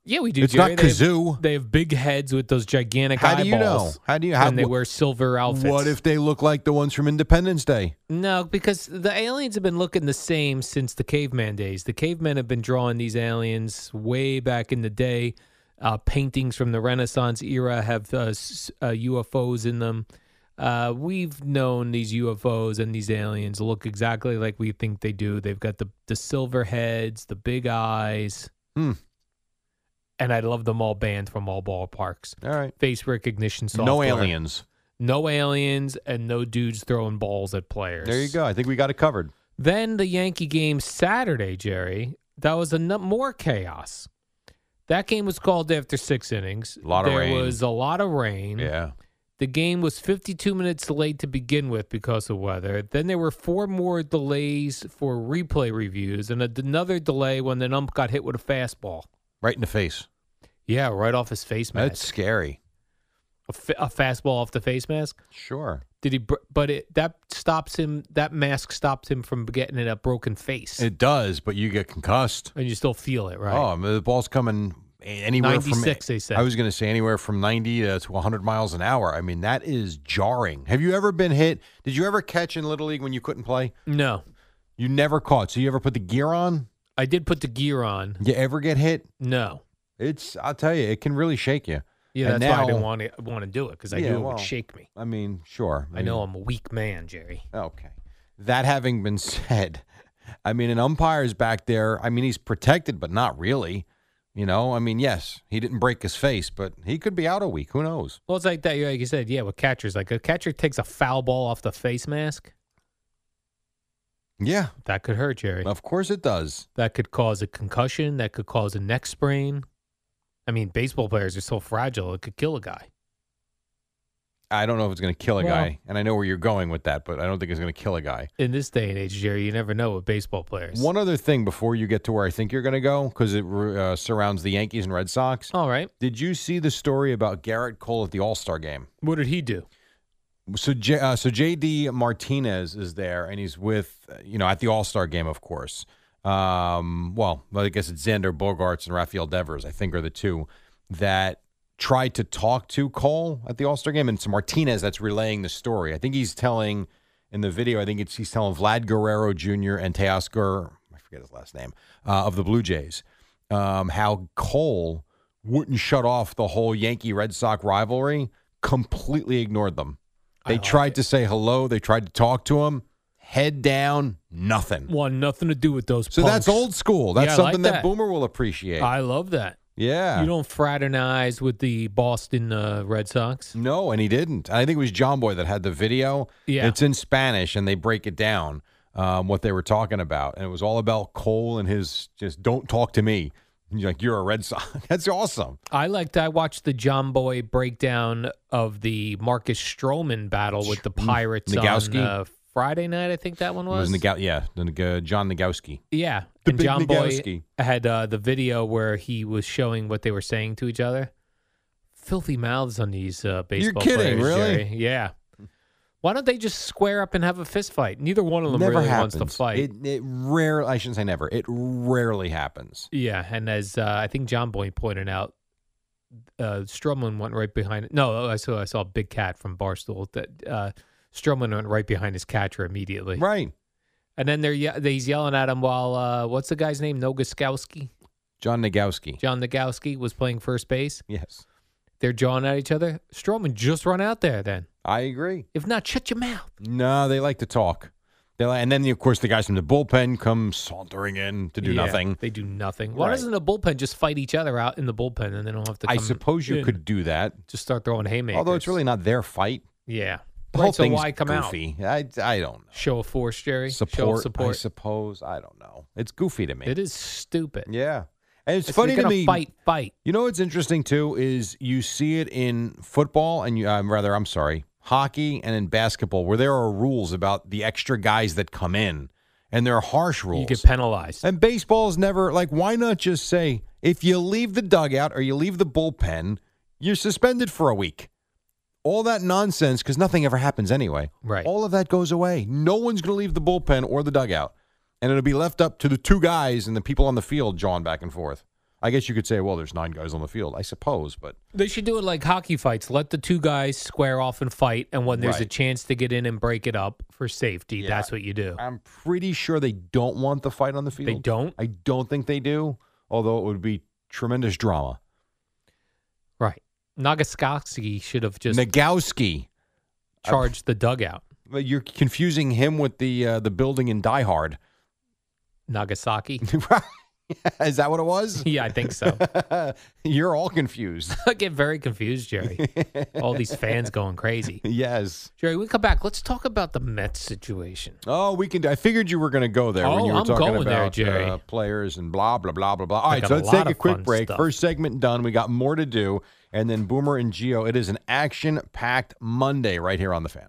Yeah, we do.
It's
Jerry.
not
They have-
kazoo.
They have, big heads with those gigantic
How
eyeballs.
do you know? How do you- how-
when they
wh-
wear silver outfits?
What if they look like the ones from Independence Day?
No, because the aliens have been looking the same since the caveman days. The cavemen have been drawing these aliens way back in the day. Uh, paintings from the Renaissance era have uh, s- uh, UFOs in them. Uh, we've known these UFOs and these aliens look exactly like we think they do. They've got the, the silver heads, the big eyes.
Hmm.
And I love them all banned from all ballparks.
All right.
Face recognition software.
No aliens.
No aliens and no dudes throwing balls at players.
There you go. I think we got it covered.
Then the Yankee game Saturday, Jerry, that was a n- more chaos. That game was called after six innings. A
Lot of
there
rain.
was a lot of rain.
Yeah.
The game was 52 minutes late to begin with because of weather. Then there were four more delays for replay reviews and a, another delay when the ump got hit with a fastball.
Right in the face.
Yeah, right off his face mask.
That's scary.
A fa- a fastball off the face mask.
Sure.
Did he? br- But it that stops him. That mask stops him from getting in a broken face,
It does, but you get concussed.
and you still feel it, right?
Oh, I mean, the ball's coming a- anywhere from
96, they said.
I was going to say anywhere from 90 to to 100 miles an hour. I mean, that is jarring. Have you ever been hit? Did you ever catch in Little League when you couldn't play?
No,
You never caught. So you ever put the gear on?
I did put the gear on.
You ever get hit?
No,
It's I'll tell you, it can really shake you.
yeah,
And
that's why I didn't
now-
want to want to do it because I
Yeah,
knew it
well,
would shake me.
I mean, sure.
I know I'm a weak man, Jerry.
Okay. That having been said, I mean, an umpire's back there. I mean, he's protected, but not really. You know, I mean, yes, he didn't break his face, but he could be out a week. Who knows?
Well, it's like that. Like you said, yeah, with catchers, like a catcher takes a foul ball off the face mask,
Yeah,
that could hurt, Jerry.
of course it does.
That could cause a concussion. That could cause a neck sprain. I mean, baseball players are so fragile; it could kill a guy.
I don't know if it's going to kill a
Well-
guy, and I know where you're going with that, but I don't think it's going to kill a guy.
In this day and age, Jerry, you never know with baseball players.
One other thing before you get to where I think you're going to go, because it uh, surrounds the Yankees and Red Sox.
All right.
Did you see the story about Garrett Cole at the All Star game?
What did he do?
So, J- uh, so JD Martinez is there, and he's with uh, you know at the All Star game, of course. Um, well, I guess it's Xander Bogarts and Rafael Devers, I think, are the two that tried to talk to Cole at the All Star game, and it's Martinez that's relaying the story. I think he's telling in the video. I think it's he's telling Vlad Guerrero Jr. and Teoscar, I forget his last name, uh, of the Blue Jays, um, how Cole wouldn't shut off the whole Yankee Red Sox rivalry, completely ignored them. They tried to say hello. They tried to talk to him. Head down, nothing.
One, nothing to do with those.
So that's
punks.
old school. That's
Yeah, I like
something that.
that.
Boomer will appreciate.
I love that.
yeah.
You don't fraternize with the Boston uh, Red Sox.
no, and he didn't. I think it was John Boy that had the video.
Yeah.
It's in Spanish, and they break it down um, what they were talking about, and it was all about Cole and his just don't talk to me. And You're like you're a Red Sox. that's awesome.
I liked. I watched the John Boy breakdown of the Marcus Stroman battle with the Pirates on
Nagowski?
uh, Friday night, I think that one
It
was.
was Nagau- yeah, the Nag- uh, John Nagowski.
yeah,
The
and
big
John
Nagowski.
Boy had uh, the video where he was showing what they were saying to each other. Filthy mouths on these uh, baseball
kidding,
players.
really?
Jerry. Yeah. Why don't they just square up and have a fist fight? Neither one of them
never
really
happens.
wants to fight.
It, it rarely. I shouldn't say never. It rarely happens.
Yeah, and as uh, I think John Boy pointed out, uh, Strumlin went right behind. No, oh, I saw I saw Big Cat from Barstool that uh, Strumlin went right behind his catcher immediately.
Right.
And then they're ye- he's yelling at him while uh, what's the guy's name? Nogaskowski,
John Nagowski.
John Nagowski was playing first base.
Yes,
They're jawing at each other. Strowman just run out there then.
I agree.
If not, shut your mouth.
No, they like to talk. They like, and then of course the guys from the bullpen come sauntering in to do
Yeah,
nothing.
They do nothing. Why
Right.
doesn't the bullpen just fight each other out in the bullpen and they don't have to?
I
come
suppose you
in?
could do that.
just start throwing haymakers.
Although it's really not their fight.
yeah.
The
Right,
whole
so
thing's
why come out?
goofy. out? I I don't know.
Show of force, Jerry. Show
Support,
of
I
support.
suppose. I don't know. It's goofy to me.
It is stupid.
Yeah. And it's,
If you're
funny to
gonna
me.
Fight, fight.
You know what's interesting too is you see it in football and you, um, rather, I'm sorry, hockey and in basketball where there are rules about the extra guys that come in, and there are harsh rules.
You get penalized.
And baseball is never like, why not just say, if you leave the dugout or you leave the bullpen, you're suspended for a week? All that nonsense, because nothing ever happens anyway.
Right.
All of that goes away. No one's going to leave the bullpen or the dugout. And it'll be left up to the two guys and the people on the field jawing back and forth. I guess you could say, well, there's nine guys on the field, I suppose, but
They should do it like hockey fights. Let the two guys square off and fight, and when there's a
Right.
chance to get in and break it up for safety,
Yeah.
that's what you do.
I'm pretty sure they don't want the fight on the field.
They don't.
I don't think they do, although it would be tremendous drama.
Right. Nagasaki should have just
Nagowski.
charged the dugout.
But you're confusing him with the uh, the building in Die Hard.
Nagasaki.
Is that what it was?
yeah, I think so.
you're all confused.
I get very confused, Jerry. All these fans going crazy.
yes.
Jerry, we come back. Let's talk about the Mets situation.
Oh, we can. I figured you were going to go there
Oh,
when you were
I'm
talking
going there,
about
Jerry.
Uh, players and blah blah blah blah blah. All
I
right,
got
so
a
let's
lot
take a
of fun
quick break.
stuff.
First segment done. We got more to do, and then Boomer and Geo. It is an action-packed Monday right here on the Fan.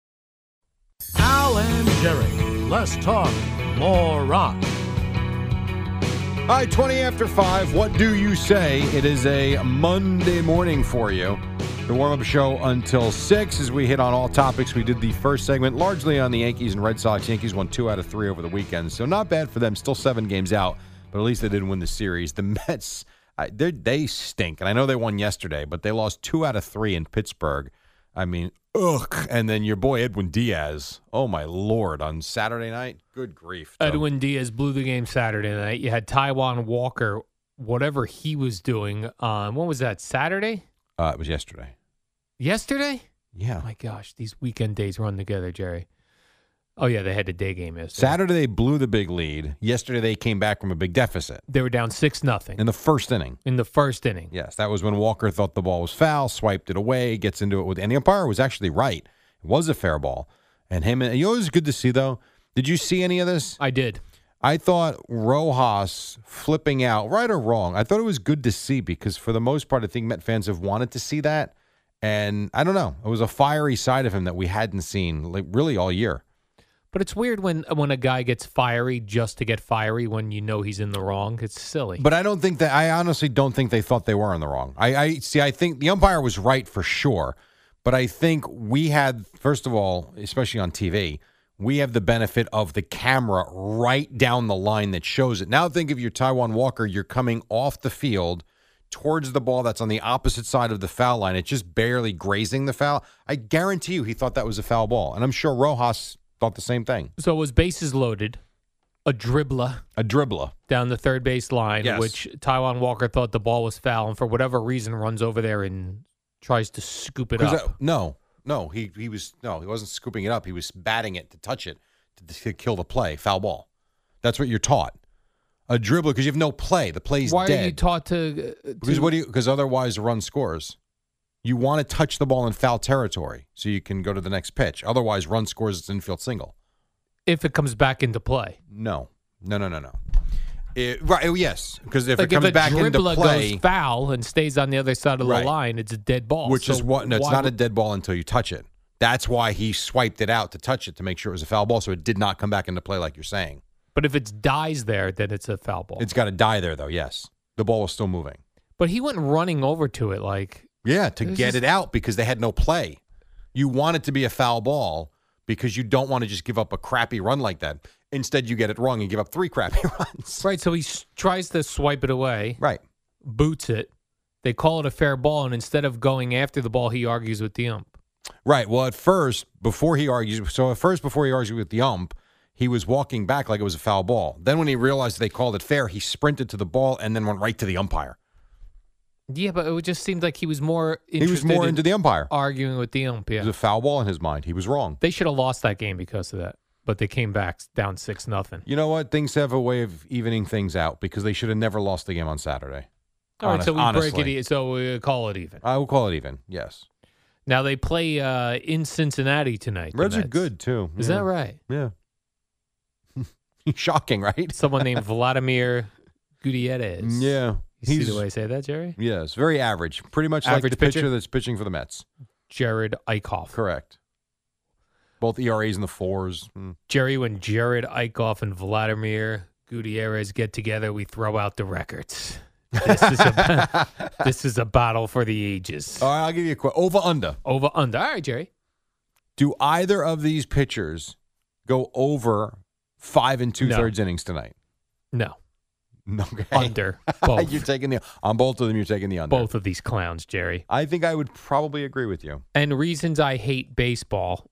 Al and Jerry. Less talk, more rock.
All right, 20 after 5. What do you say? It is a Monday morning for you. The warm up show until 6 as we hit on all topics. We did the first segment largely on the Yankees and Red Sox. Yankees won two out of three over the weekend, so not bad for them. Still seven games out, but at least they didn't win the series. The Mets, I, they're- they stink. And I know they won yesterday, but they lost two out of three in Pittsburgh. I mean, ugh. And then your boy Edwin Diaz. Oh, my Lord, on Saturday night. Good grief. Joe.
Edwin Diaz blew the game Saturday night. You had Taiwan Walker, whatever he was doing on, when was that, Saturday?
Uh, it was yesterday.
Yesterday?
Yeah.
Oh my gosh, these weekend days run together, Jerry. Oh, yeah, they had a day game yesterday.
Saturday they blew the big lead. Yesterday they came back from a big deficit
They were down 6 nothing
in the first inning.
in the first inning.
Yes, that was when Walker thought the ball was foul, swiped it away, gets into it with and the umpire was actually right. It was a fair ball. And him and you know it was good to see though. Did you see any of this?
I did.
I thought Rojas flipping out, right or wrong, I thought it was good to see because for the most part I think Met fans have wanted to see that. And I don't know. It was a fiery side of him that we hadn't seen like really all year.
But it's weird when when a guy gets fiery just to get fiery when you know he's in the wrong. It's silly.
But I don't think that I honestly don't think they thought they were in the wrong. I, I see. I think the umpire was right for sure, but I think we had first of all, especially on TV, we have the benefit of the camera right down the line that shows it. Now think of your Taiwan Walker. You're coming off the field towards the ball that's on the opposite side of the foul line. It's just barely grazing the foul. I guarantee you, he thought that was a foul ball, and I'm sure Rojas thought the same thing.
so it was bases loaded, a dribbler
A dribbler.
down the third base line,
Yes.
which Taiwan Walker thought the ball was foul, and for whatever reason runs over there and tries to scoop it
'Cause
up.
I- no, No, he he was no, he wasn't scooping it up. He was batting it to touch it to, to kill the play, foul ball. That's what you're taught. A dribbler because you have no play. The play's
Why
dead.
are you taught to? uh, to
because what do you? Because otherwise, the run scores. You want to touch the ball in foul territory so you can go to the next pitch. Otherwise, run scores its infield single.
if it comes back into play?
No, no, no, no, no. It- right? oh, Yes, because if
like
it comes
if a
back into
dribbler
play,
goes foul and stays on the other side of
Right.
the line, it's a dead ball.
which
So
is what no, it's
why
not a
would-
dead ball until you touch it. That's why he swiped it out to touch it to make sure it was a foul ball, so it did not come back into play like you're saying.
But if it dies there, then it's a foul ball.
It's got to die there though. Yes, the ball was still moving.
but he went running over to it like
Yeah, to
It was
get
just-
it out because they had no play. You want it to be a foul ball because you don't want to just give up a crappy run like that. Instead, you get it wrong and give up three crappy runs.
right. So he s- tries to swipe it away.
Right.
Boots it. They call it a fair ball, and instead of going after the ball, he argues with the ump.
Right. Well, at first, before he argues, so at first, before he argued with the ump, he was walking back like it was a foul ball. Then, when he realized they called it fair, he sprinted to the ball and then went right to the umpire.
Yeah, but it would just seemed like he was more.
He was
interested
more
in
into the umpire.
arguing with the ump.
It
Yeah,
was a foul ball in his mind. He was wrong.
they should have lost that game because of that, but they came back down six nothing.
You know what? Things have a way of evening things out because they should have never lost the game on Saturday.
All right,
Honest-
so we break
honestly.
it. e- So we call it even.
I will call it even. Yes.
Now they play uh, in Cincinnati tonight. the
Reds are
Mets.
good too.
Is
Yeah.
that right?
Yeah. Shocking, right?
Someone named Vladimir Gutierrez.
Yeah.
You see
He's-
the way I say that, Jerry?
Yes, very average. Pretty much like
Average
the pitcher?
pitcher?
that's pitching for the Mets.
Jared Eichhoff.
Correct. Both E ERAs in the fours. Mm.
Jerry, when Jared Eichhoff and Vladimir Gutierrez get together, we throw out the records. This is a this is a battle for the ages.
All right, I'll give you a quick over under.
Over under. All right, Jerry.
Do either of these pitchers go over five and two thirds innings tonight?
No.
No. Okay.
Under. Both.
you're taking the on both of them. You're taking the under.
both of these clowns, Jerry.
I think I would probably agree with you.
And reasons I hate baseball.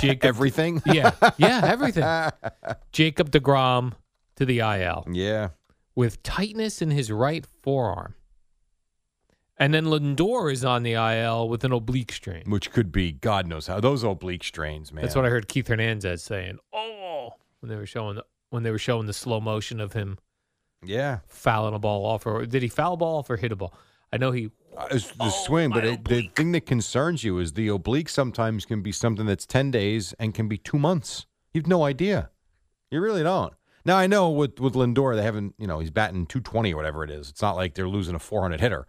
Jacob,
Everything.
Yeah. Yeah, everything. Jacob deGrom to the IL.
yeah.
with tightness in his right forearm. And then Lindor is on the IL with an oblique strain.
Which could be God knows how. Those oblique strains, man.
That's what I heard Keith Hernandez saying. Oh, when they were showing the, when they were showing the slow motion of him
Yeah.
fouling a ball off, or did he foul a ball off or hit a ball? I know he.
Uh, It's the swing, but it, the thing that concerns you is the oblique sometimes can be something that's 10 days and can be two months. You've no idea. You really don't. Now, I know with, with Lindor, they haven't, you know, he's batting 220 or whatever it is. It's not like they're losing a 400 hitter,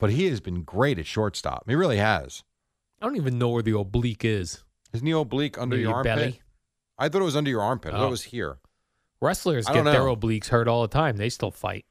but he has been great at shortstop. He really has.
I don't even know where the oblique is.
Isn't he oblique under
Near
your,
your
armpit?
belly?
I thought it was under your armpit. I thought
Oh.
it was here.
Wrestlers
I
get
don't
their
know.
obliques hurt all the time. They still fight.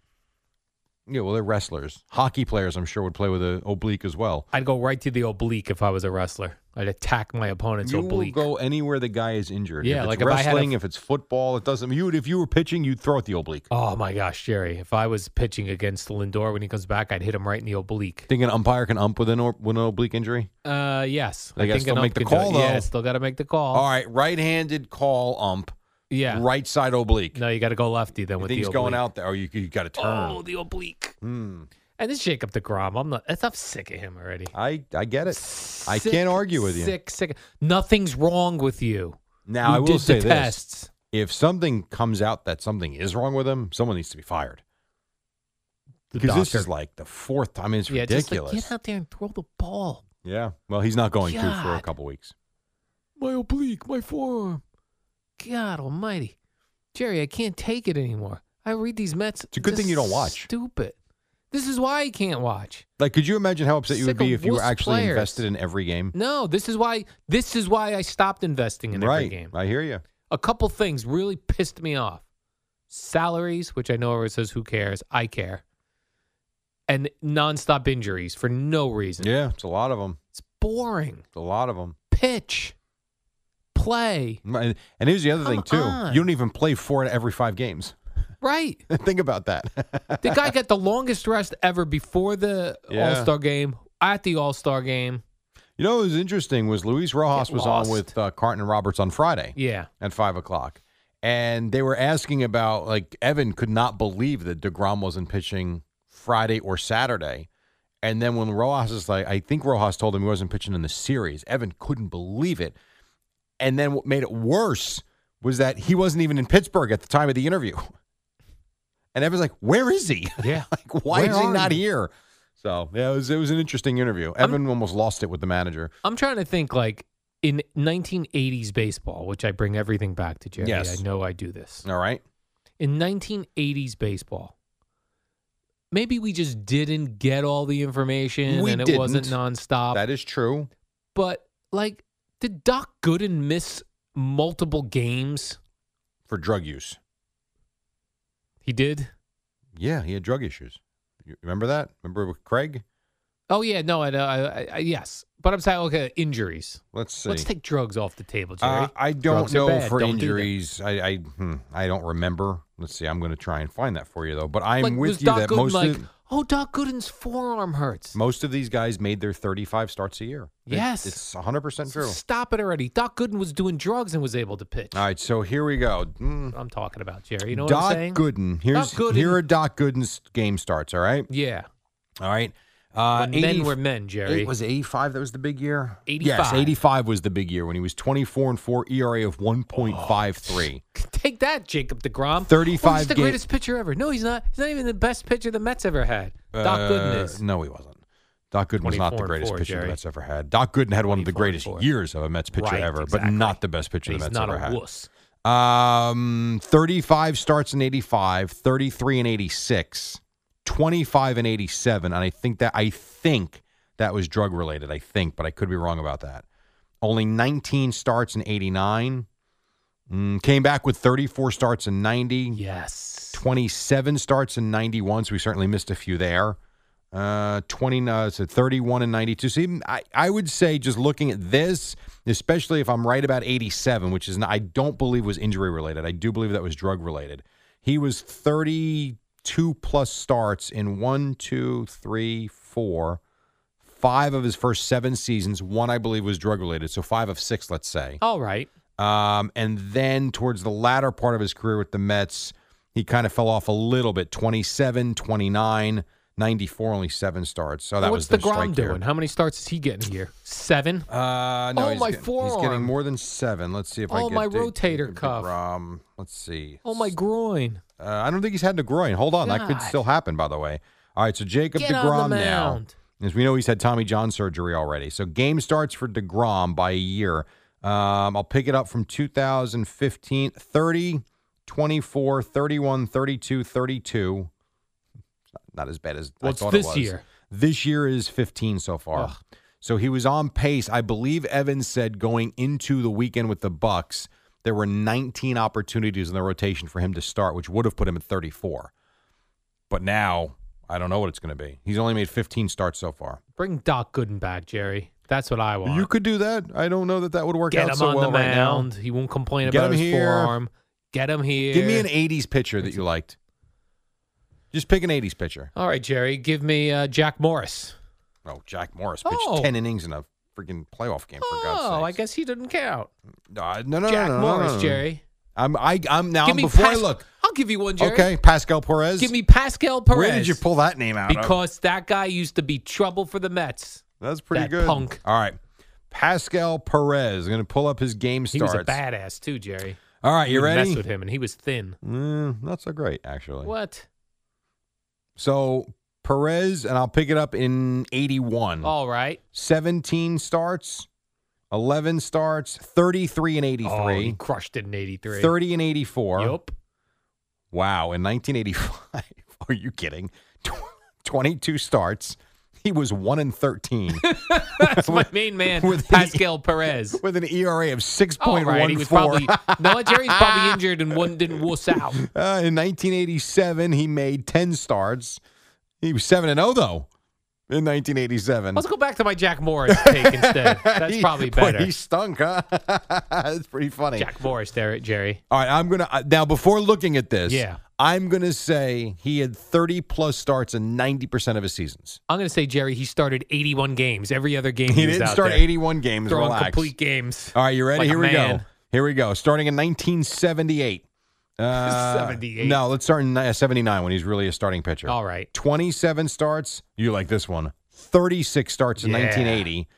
Yeah, well, they're wrestlers. Hockey players, I'm sure, would play with an oblique as well.
I'd go right to the oblique if I was a wrestler. I'd attack my opponent's
you
oblique.
will go anywhere the guy is injured.
Yeah,
if it's
like if I had a-
wrestling, if it's football, it doesn't. You would, if you were pitching, you'd throw at the oblique.
Oh my gosh, Jerry! If I was pitching against Lindor when he comes back, I'd hit him right in the oblique.
Think an umpire can ump with an, or, with an oblique injury?
Uh, yes.
They gotta
think
still
an ump
make the
can do it.
call, though.
Yeah, still got to make the call.
All right, right-handed call ump,
Um, Yeah.
right side oblique.
No, you got to go lefty then
You
with
think
the
he's
oblique.
going out there. Oh, you you got to turn.
Oh, the oblique.
Hmm.
And this Jacob Degrom, I'm not. I'm sick of him already.
I I get it. I
Sick,
can't argue with you.
Sick, sick. Nothing's wrong with you.
Now
You
I will
did
say
the
this:
tests.
if something comes out that something is wrong with him, someone needs to be fired.
The
Because this
doctor.
is like the fourth time. I mean, it's
yeah, just like,
ridiculous.
get out there and throw the ball.
yeah. Well, he's not going to for a
God.
couple weeks.
My oblique, my forearm. God Almighty, Jerry, I can't take it anymore. I read these Mets.
It's a good thing you don't watch.
Stupid. This is why I can't watch.
Like, could you imagine how upset you would
Sick of
be if you were
wuss
actually
players.
invested in every game?
No, this is why this is why I stopped investing in every
right.
game.
I hear you.
A couple things really pissed me off. Salaries, which I know everyone says who cares, I care. And nonstop injuries for no reason.
Yeah, it's a lot of them.
It's boring.
It's a lot of them.
Pitch. Play.
And and here's the other thing too.
Come on.
You don't even play four out of every five games.
Right.
Think about that.
The guy got the longest rest ever before the
Yeah.
All-Star game, at the All-Star game.
you know what was interesting was Luis Rojas
Get
was
lost.
on with uh, Carton and Roberts on Friday
Yeah.
at five o'clock, and they were asking about like Evan could not believe that Degrom wasn't pitching Friday or Saturday, And then when Rojas is like, I think Rojas told him he wasn't pitching in the series. Evan couldn't believe it. And then what made it worse was that he wasn't even in Pittsburgh at the time of the interview. And Evan's like, "Where is he?
Yeah,
like why
Where
is he
are
not
you?"
here?" So yeah, it was it was an interesting interview. Evan almost lost it with the manager.
I'm trying to think like in 1980s baseball, which I bring everything back to Jerry.
Yes.
I know I do this.
All right,
In 1980s baseball, maybe we just didn't get all the information
We
and it wasn't nonstop.
that is true.
but like, did Doc Gooden miss multiple games?
For drug use,
He did.
yeah, he had drug issues. You remember that? Remember with Craig?
Oh yeah, no, I know. I, I, I, yes, but I'm saying okay, injuries.
Let's see.
Let's take drugs off the table, Jerry.
Uh, I don't
Drugs are
know
bad.
for
Don't do them.
injuries. I I, hmm, I don't remember. Let's see. I'm going to try and find that for you though. But I'm
Like, was
with you
Doc
that
Gooden
most
like,
of,
oh, Doc Gooden's forearm hurts.
most of these guys made their 35 starts a year. It-
Yes.
it's 100 percent true.
Stop it already. Doc Gooden was doing drugs and was able to pitch.
All right, so here we go. Mm.
I'm talking about Jerry. You know
Doc
what I'm saying?
Gooden. Here's
Doc Gooden.
here are Doc Gooden's game starts. All right.
Yeah.
All right. Uh,
When men were men, Jerry.
It was 85. That was the big year.
85.
Yes, 85 was the big year when he was 24 and 4 ERA of
Oh,
1.53.
Take that, Jacob DeGrom.
35
Oh, he's the
ga-
greatest pitcher ever. No, he's not. He's not even the best pitcher the Mets ever had. Doc Gooden
Uh,
is.
No, he wasn't. Doc Gooden was
24
not the
and
greatest
four,
pitcher
Jerry.
the Mets ever had. Doc Gooden had one of the
24 and
greatest
four.
years of a Mets pitcher
Right,
ever,
exactly.
but not the best pitcher
And
the
he's
Mets
not
ever
a
had.
wuss.
Um, 35 starts in 85, 33 and 86, 25 and 87, and I think that I think that was drug related. I think, but I could be wrong about that. Only 19 starts in 89. Mm, came back with 34 starts in 90.
Yes.
27 starts in 91, so we certainly missed a few there. Uh, 20, uh, so 31 and 92. So even- I, I would say just looking at this, especially if I'm right about 87, which is not, I don't believe was injury related. I do believe that was drug related. He was 32 plus starts in one, two, three, four, five of his first seven seasons. One I believe was drug related, so five of six, let's say.
All right.
Um, and then towards the latter part of his career with the Mets, he kind of fell off a little bit 27, 29, 94, only seven starts. So Oh, that
What's
was the
DeGrom
strike
doing?
year.
How many starts is he getting here? Seven.
Uh, no,
oh
he's
my
getting,
forearm.
He's getting more than seven. Let's see if I
Oh,
get
my
the-
rotator cuff.
DeGrom. Let's see.
Oh my groin.
Uh, I don't think he's had a groin. Hold on, that could
God.
still happen. By the way, all right. So Jacob
Get on the
Degrom now,
mound.
as we know, he's had Tommy John surgery already. So game starts for Degrom by a year. Um, I'll pick it up from 2015, 30, 24, 31, 32, 32. Not as bad as
What's
I thought
this
it was.
year?
This year is 15 so far. So he was on pace. I believe Evans said going into the weekend with the Bucks, there were 19 opportunities in the rotation for him to start, which would have put him at 34. But now I don't know what it's going to be. He's only made 15 starts so far.
Bring Doc Gooden back, Jerry. That's what I want.
You could do that. I don't know that that would work
Get
out
him
so
on
well
the
right now.
mound. He won't complain
Get
about
him
his
here.
forearm. Get him here.
Give me an 80s pitcher that you liked. Just pick an 80s pitcher.
All right, Jerry. Give me uh, Jack Morris.
Oh, Jack Morris pitched
Oh.
10 innings in a freaking playoff game, for
Oh, I
God's sake.
guess he didn't count.
No, no, no,
Jack
no, no, no,
Morris,
no, no.
Jerry.
I'm, I, I'm now,
Give me
before I
Pas-
look.
I'll give you one, Jerry.
Okay, Pascal Perez.
Give me Pascal Perez.
Where did you pull that name out? of?
Because that guy used to be trouble for the Mets.
that's pretty
that
good.
punk.
All right, Pascal Perez. I'm going to pull up his game
He
starts.
was a badass too, Jerry.
All right, you
would
ready?
Mess with him, and he was thin.
Mm, not so great actually.
What?
So Perez, and I'll pick it up in 81.
All right.
17 starts, 11 starts, 33 and 83,
Oh, he crushed it in '83.
30 and 84.
Yup.
Wow, in 1985. Are you kidding? Tw- 22 starts. He was 1 and 13
That's my main man,
With the-
Pascal Perez.
with an ERA of
All
6.14.
right, he was probably no. what, Jerry's probably injured and one didn't wuss out.
Uh, in 1987, he made 10 starts. He was 7 and 0 though in 1987.
Let's go back to my Jack Morris take instead. That's
He-
probably
boy,
better.
he stunk, huh? That's pretty funny.
Jack Morris there, Jerry.
All right, I'm gonna uh, now before looking at this.
Yeah.
I'm gonna say he had 30 plus starts in 90 percent of his seasons.
I'm going to say Jerry. He started 81 games. Every other game he,
He
was
didn't
out
start
there.
81 games.
Throwing
relax.
complete games.
All right, you ready?
Like a
Here we
man.
go. Here we go. Starting in 1978. Uh,
78.
No,
Oh,
let's start in uh, 79 when he's really a starting pitcher.
All right.
27 starts. You like this one? 36 starts in
Yeah.
1980,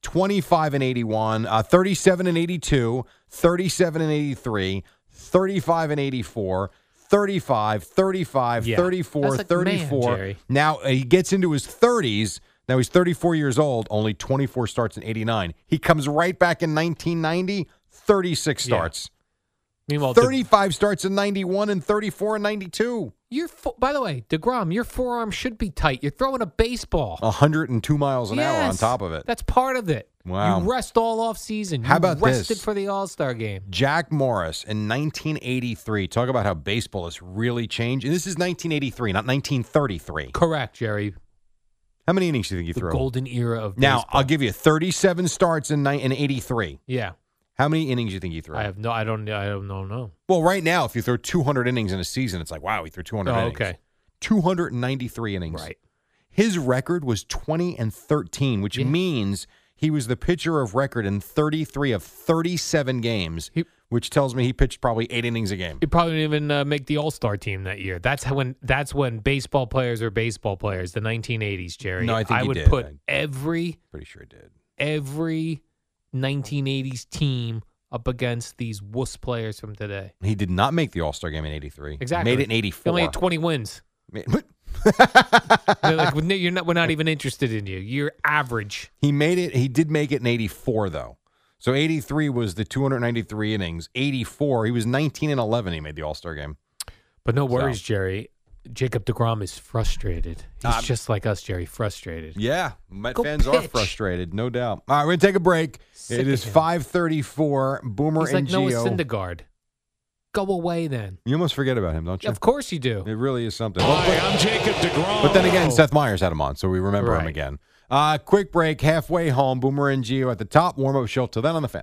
25 and 81, uh, 37 and 82, 37 and 83, 35 and 84. 35, 35,
Yeah.
34,
That's like, man,
34.
Jerry.
now uh, he gets into his 30s. Now he's 34 years old, only 24 starts in 89. He comes right back in 1990, 36 starts.
Meanwhile, De-
35 starts in 91 and 34 in 92.
Your fo- by the way, Degrom, your forearm should be tight. You're throwing a baseball.
102 miles an hour on
Yes.
top of it.
That's part of it.
Wow.
You rest all off season.
How
you
about
rested
this?
for the All Star game?
Jack Morris in 1983. Talk about how baseball has really changed. And this is 1983, not 1933.
Correct, Jerry.
How many innings do you think you
The
threw?
golden era of
now,
baseball.
I'll give you 37 starts in, ni- in 83.
yeah.
How many innings do you think you threw?
I have no. I don't. I don't know. No.
well, right now, if you throw 200 innings in a season, it's like, wow, he threw 200
Oh,
innings.
okay.
293 innings.
Right.
His record was 20 and 13, which means he was the pitcher of record in 33 of 37 games, which tells me he pitched probably eight innings a game.
He probably didn't even uh, make the All Star team that year. That's how when. That's when baseball players are baseball players. The 1980s, Jerry.
No, I think
I
he
would
did.
put
I'm
every
Pretty sure he did.
every 1980s team up against these wuss players from today.
He did not make the All Star game in '83.
Exactly.
Made it in '84.
He only had 20 wins. They're like, "No, you're not, we're not even interested in you. You're average.
He made it. He did make it in '84 though. So '83 was the 293 innings. '84, he was 19 and 11. He made the All Star game.
But no
So-
worries, Jerry. Jacob DeGrom is frustrated. He's
Um,
just like us, Jerry, frustrated.
Yeah, Met
Go
fans are
pitch.
frustrated, no doubt. All right, we're gonna take a break.
Sick
it
of
is
him.
5:34. Boomer
He's
and
like Noah
Geo.
Syndergaard. Go away then.
You almost forget about him, don't you?
Of course you do.
It really is something.
I'm Jacob DeGrom.
But then again, Seth Meyers had him on, so we remember him
Right.
again. Uh, quick break, halfway home. Boomer and Geo at the top, warm up show. Till then, on the fan.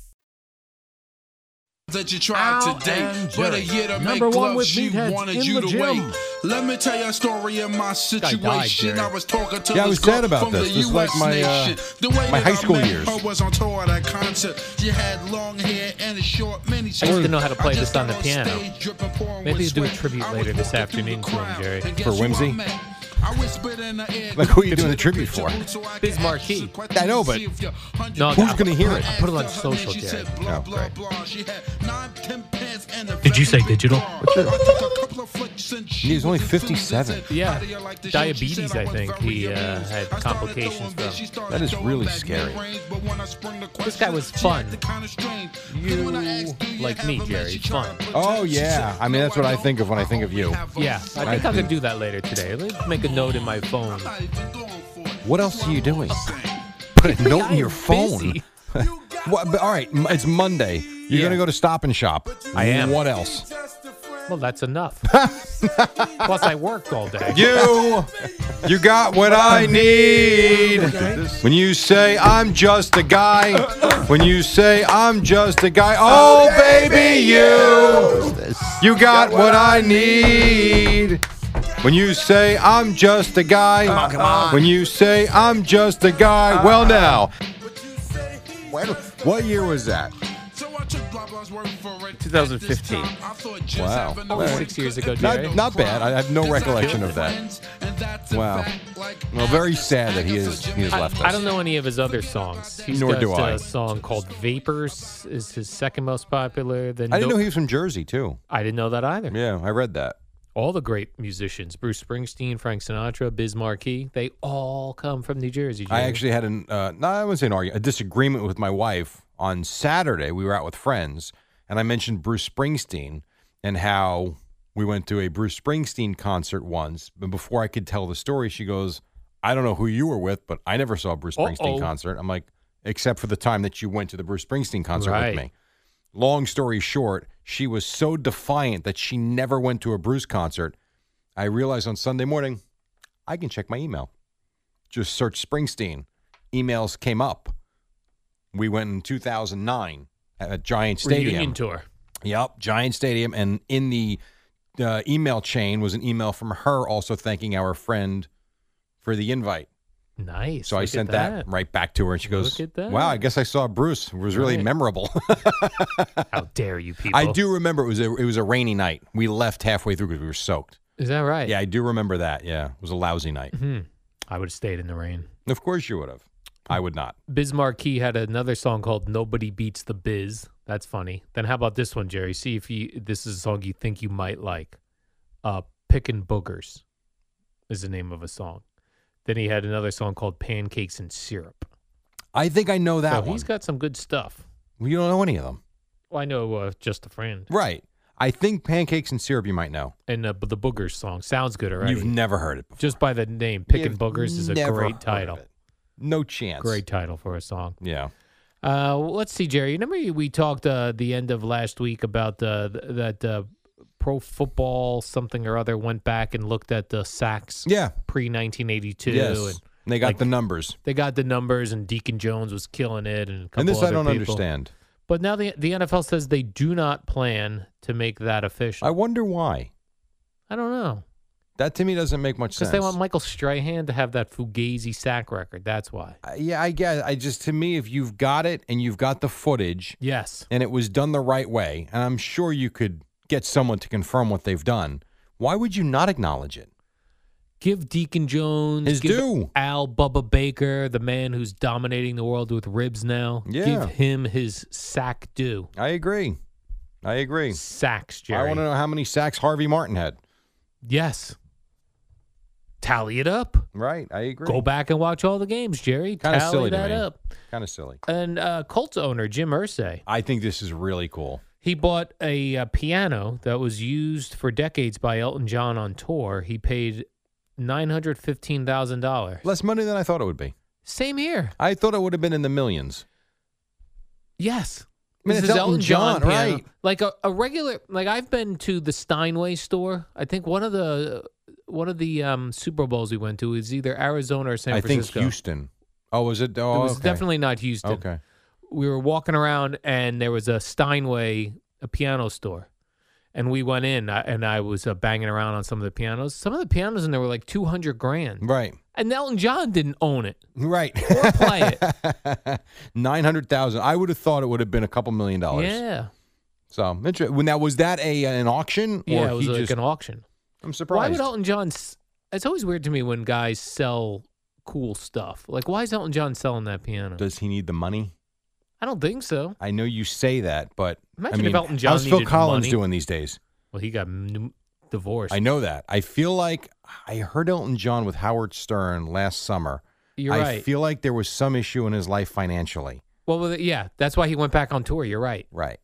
that you tried
Al
to date,
and
but a
Jerry.
year to
Number
make
one
love,
with
she
meatheads in
wanted you
the
to
gym.
wait. Let me tell you a story of my
guy died,
situation.
Jerry.
I was talking to
Yeah, I
this
was sad
girl
about
from
this.
the
This is
US
like my, uh,
nation. The way
my
that
high
I
school
met
years.
her was on tour at a concert. She had long hair and a short mini
I used to
skirt.
know how to play
I
this
just
on the
got
piano.
stage, dripping, pouring
Maybe
with
you do a
sweat.
tribute
I
later
was
this
walking through
afternoon
the
to him,
crowd,
Jerry.
and guess
For
who I
Whimsy?
met? I whispered in her ear,
Like, who are you doing the tribute for?
Biz Marquee.
I know, but
No,
who's
I-
going to hear it?
I put it on social, Jerry.
Oh, great.
Did you say digital?
He's only 57.
Yeah, diabetes. I think he uh, had complications from.
That is really scary.
This guy was fun. You like me, Jerry? Fun.
Oh yeah, I mean that's what I think of when I think of you.
Yeah, I think I, can do that later today. Let's make a note in my phone.
What else are you doing? Put a note in your phone. what, but, all right, m- it's Monday. You're
Yeah.
going to go to Stop and Shop.
I am.
What else?
Well, that's enough. Plus, I worked all day.
You, you got what I need. When you say I'm just a guy, when you say I'm just a guy, oh baby, you, you got what I need. When you say I'm just a guy, when you say I'm just a guy, well now, when, what year was that?
2015.
Wow.
Only six years ago, Jerry.
Not, not bad. I have no recollection of that. Wow. Well, very sad that he is he has
I,
left us.
I don't know any of his other songs. He's
Nor
got
do I.
a song called "Vapors" is his second most popular. Then
I didn't
No-
know he was from Jersey too.
I didn't know that either.
Yeah, I read that.
all the great musicians Bruce Springsteen, Frank Sinatra, Biz Markie, they all come from New Jersey.
I
Jerry.
actually had an uh, no, I wouldn't say an argument, a disagreement with my wife on Saturday. We were out with friends, and I mentioned Bruce Springsteen and how we went to a Bruce Springsteen concert once. But before I could tell the story, she goes, "I don't know who you were with, but I never saw a Bruce Springsteen
Uh-oh.
concert." I'm like, "Except for the time that you went to the Bruce Springsteen concert
Right.
with me." Long story short, she was so defiant that she never went to a Bruce concert. I realized on Sunday morning, I can check my email. just search Springsteen. Emails came up. We went in 2009 at Giant Stadium.
Reunion tour.
Yep, Giant Stadium. And in the uh, email chain was an email from her also thanking our friend for the invite.
Nice.
So I
Look at
sent that. right back to her, and she goes,
Look at that.
"Wow, I guess I saw Bruce. It was really
Right.
memorable."
How dare you people?
I do remember it was a it was a rainy night. We left halfway through because we were soaked.
Is that right?
Yeah, I do remember that. Yeah, it was a lousy night.
Hmm. I would have stayed in the rain.
Of course you would have. I would not.
Biz Marquee had another song called "Nobody Beats the Biz." That's funny. Then how about this one, Jerry? See if you this is a song you think you might like. Uh, "Pickin' Boogers" is the name of a song. Then he had another song called "Pancakes and Syrup."
I think I know that
so
one.
He's got some good stuff.
Well, you don't know any of them,
Well, I know uh, just a friend
right? I think pancakes and syrup you might know.
and uh, but the Boogers song sounds good already.
You've never heard it. Before.
just by the name "Pickin'
You've
Boogers" is a
never heard
great
of
title.
it. No chance.
Great title for a song.
Yeah.
Uh, well, let's see, Jerry. Remember you- we talked uh, the end of last week about uh, th- that uh, pro football something or other went back and looked at the sacks.
Yeah.
Pre nineteen eighty two.
Yes.
And
they got
like,
the numbers.
they got the numbers, and Deacon Jones was killing it, and a couple
And this I
other
don't
people.
understand.
But now the the NFL says they do not plan to make that official.
I wonder why.
I don't know
That to me doesn't make much sense.
because they want Michael Strahan to have that Fugazi sack record. That's why.
Uh, yeah, I guess. I just to me, if you've got it and you've got the footage,
Yes.
and it was done the right way, and I'm sure you could get someone to confirm what they've done. Why would you not acknowledge it?
Give Deacon Jones
His
give
due.
Al Bubba Baker, the man who's dominating the world with ribs now.
Yeah.
Give him his sack due.
I agree. I agree.
Sacks,
I
Jerry.
want to know how many sacks Harvey Martin had.
Yes. Tally it up.
Right, I agree.
Go back and watch all the games, Jerry.
Kind of
Tally
silly
that
to me.
up.
Kind of silly.
And uh, Colts owner Jim Irsay,
I think this is really cool.
he bought a, uh piano that was used for decades by Elton John on tour. He paid nine hundred fifteen thousand dollars.
Less money than I thought it would be.
Same here.
I thought it would have been in the millions.
Yes.
I mean,
This
it's
is
Elton John,
piano.
right.
Like a, a regular like I've been to the Steinway store. I think one of the one of the um, Super Bowls we went to is either Arizona or San
I think
Francisco.
Houston. Oh, was it? Oh,
it was
okay.
definitely not Houston.
Okay.
We were walking around and there was a Steinway a piano store. And we went in I- and I was uh, banging around on some of the pianos. Some of the pianos in there were like 200 grand.
Right.
And Elton John didn't own it.
Right.
Or play it.
Nine hundred thousand. I would have thought it would have been a couple million dollars.
yeah.
So interesting. When now was that a uh, an auction? Or
Yeah, it was
he
like
just,
an auction.
I'm
Why
surprised.
would Elton John? s- It's always weird to me when guys sell cool stuff. Like, why is Elton John selling that piano?
Does he need the money?
I don't think so.
I know you say that, but
Imagine
I
if
mean,
Elton John
how's Phil
needed
Collins
money.
doing these days?
Well, he got m- divorced.
I know that. I feel like I heard Elton John with Howard Stern last summer.
You're
I
right.
feel like there was some issue in his life financially.
Well, with it- yeah, that's why he went back on tour. You're right.
Right.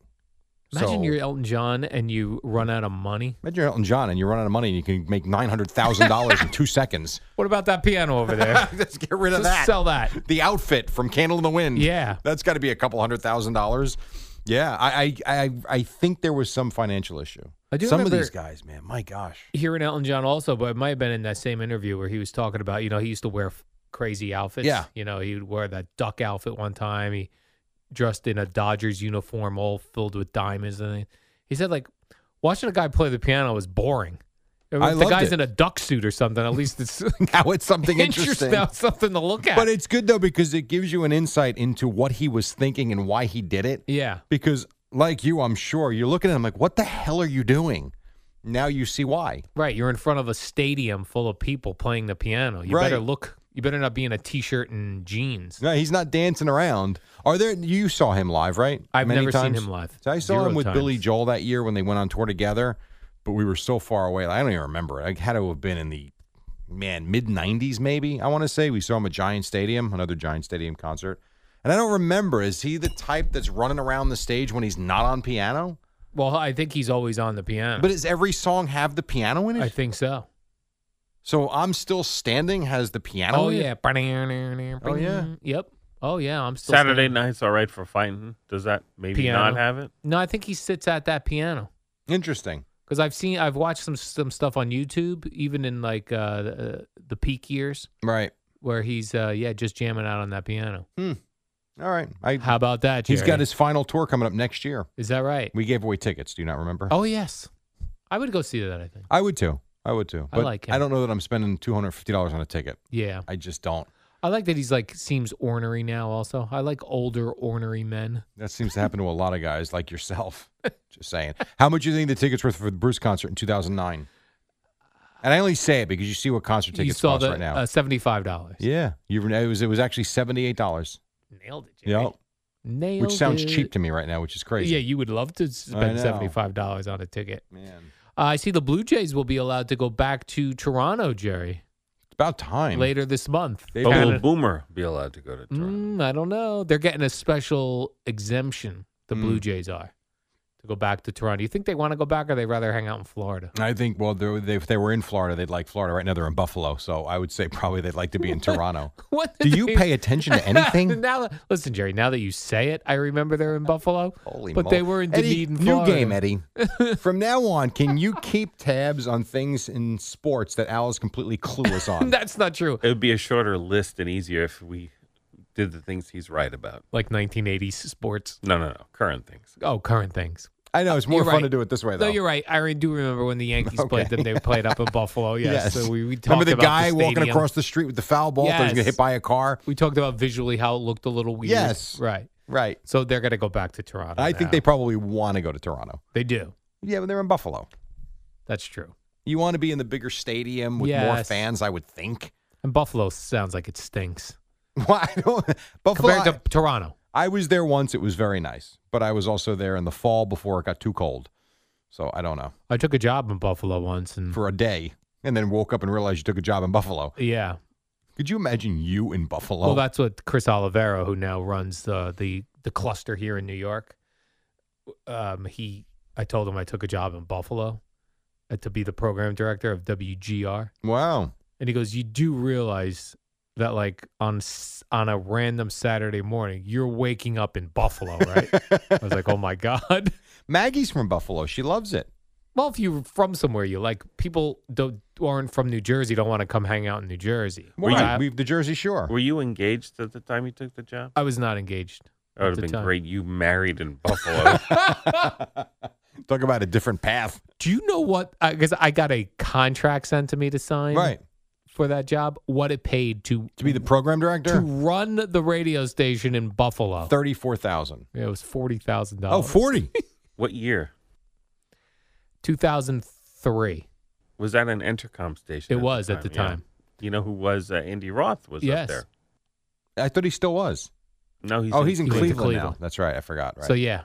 Imagine
So-
you're Elton John and you run out of money.
Imagine you're Elton John and you run out of money and you can make nine hundred thousand dollars in two seconds.
What about that piano over there?
Let's get rid of
Just
that.
Sell that.
the outfit from Candle in the Wind.
Yeah.
that's got to be a couple hundred thousand dollars. Yeah, I, I I I think there was some financial issue.
I do
some
remember-
of these guys, man. My gosh,
Hearing Elton John also, but it might have been in that same interview where he was talking about, you know, he used to wear f- crazy outfits.
Yeah.
You know, he would wear that duck outfit one time. He dressed in a Dodgers uniform, all filled with diamonds. And he said, like, watching a guy play the piano is boring. If
I
the
loved
guy's
it.
in a duck suit or something, at least it's
now it's something
interesting.
interesting.
Now it's something to look at.
But it's good though because it gives you an insight into what he was thinking and why he did it.
yeah.
Because like you, I'm sure you're looking at him like, what the hell are you doing? Now you see why.
Right. You're in front of a stadium full of people playing the piano. You
Right.
better look, you better not be in a t shirt and jeans.
No, he's not dancing around. Are there? You saw him live, right?
I've
Many
never seen
times?
him live.
So I saw
Zero
him with
times.
Billy Joel that year when they went on tour together, but we were so far away. I don't even remember. I had to have been in the man mid '90s, maybe. I want to say we saw him at Giant Stadium, another Giant Stadium concert, and I don't remember. Is he the type that's running around the stage when he's not on piano?
Well, I think he's always on the piano.
But does every song have the piano in it?
I think so.
so I'm still standing has the piano.
oh
in it?
yeah.
Oh, yeah.
Yep. Oh yeah. I'm still
Saturday
standing.
night's all right for fighting. Does that maybe
Piano.
not have it?
No, I think he sits at that piano
Interesting.
because I've seen I've watched some some stuff on YouTube, even in like uh, the, the peak years,
Right.
where he's uh, yeah just jamming out on that piano.
All right. I,
How about that? Jerry?
He's got his final tour coming up next year.
Is that right?
We gave away tickets. Do you not remember?
Oh yes, I would go see that. I think.
I would too. I would too.
I
But
like
I
him.
don't know that I'm spending two hundred fifty dollars on a ticket.
Yeah.
I just don't.
I like that he's like seems ornery now. Also, I like older ornery men.
That seems to happen to a lot of guys like yourself. Just saying. How much do you think the tickets were for the Bruce concert in 2009? And I only say it because you see what concert
you
tickets
saw
cost
the
right now.
uh, seventy five dollars.
yeah, you it was it was actually seventy eight dollars.
Nailed it.
Yep,
Nailed
which sounds
it.
cheap to me right now, which is crazy.
Yeah, you would love to spend
know.
seventy five dollars on a ticket. Man, uh, I see the Blue Jays will be allowed to go back to Toronto, Jerry.
It's about time.
Later this month.
But will Boomer be allowed to go to?
Mm, I don't know. They're getting a special exemption. The
Mm.
Blue Jays are to go back to Toronto. You think they want to go back, or they rather hang out in Florida?
I think well, they're- they, if they were in Florida, they'd like Florida. Right now, they're in Buffalo, so I would say probably they'd like to be in Toronto.
What
Do you
they-
pay attention to anything?
now, that- listen, Jerry. Now that you say it, I remember they're in Buffalo.
Holy
but
mo-
they were in
Eddie,
Dunedin,
New
Florida.
game, Eddie. From now on, can you keep tabs on things in sports that Al is completely clueless on?
That's not true.
It would be a shorter list and easier if we did the things he's right about.
Like 1980s sports.
No, no, no. Current things.
Oh, current things.
I know it's more
You're
fun
right.
to do it this way, though.
No, you're right. I re- do remember when the Yankees played them. They played up in Buffalo. Yes. So we, we talked
remember the
about
guy walking
stadium.
across the street with the foul ball. Thought he was gonna
Yes.
hit by a car.
We talked about visually how it looked a little weird.
Yes.
Right.
Right.
So they're going to go back to Toronto.
I think
now.
they probably want to go to Toronto.
They do.
Yeah, but they're in Buffalo.
That's true.
You want to be in the bigger stadium with more
Yes.
fans, I would think.
And Buffalo sounds like it stinks
Well, I don't. Buffalo.
compared to Toronto.
I was there once. It was very nice, but I was also there in the fall before it got too cold. So I don't know
I took a job in Buffalo once, and
for a day, and then woke up and realized you took a job in Buffalo.
yeah.
Could you imagine you in Buffalo?
Well, that's what Chris Olivero, who now runs the the the cluster here in New York, um, he I told him I took a job in Buffalo uh, to be the program director of WGR,
wow.
and he goes, "You do realize that like on s- on a random Saturday morning, you're waking up in Buffalo, right?" I was like, "Oh my god."
Maggie's from Buffalo. She loves it.
Well, if you're from somewhere, you like people don't aren't from New Jersey don't want to come hang out in New Jersey.
Why?
I,
We've the Jersey Shore.
Were you engaged at the time you took the job?
I was not engaged.
That would
at
have
the
been
time.
great. You married in Buffalo.
Talk about a different path.
Do you know what? Because I got a contract sent to me to sign
Right.
for that job. What it paid to
To be the program
to
director?
run the radio station in Buffalo?
34000
Yeah, it was forty thousand
Oh,
dollars.
40
what year?
Two thousand three.
Was that an intercom station?
It was at the
yeah.
time.
You know who was uh, Andy Roth was up
Yes.
there.
I thought he still was.
No, he's
oh, he's in
he went to
Cleveland, now.
Cleveland.
That's right. I forgot. Right.
So yeah,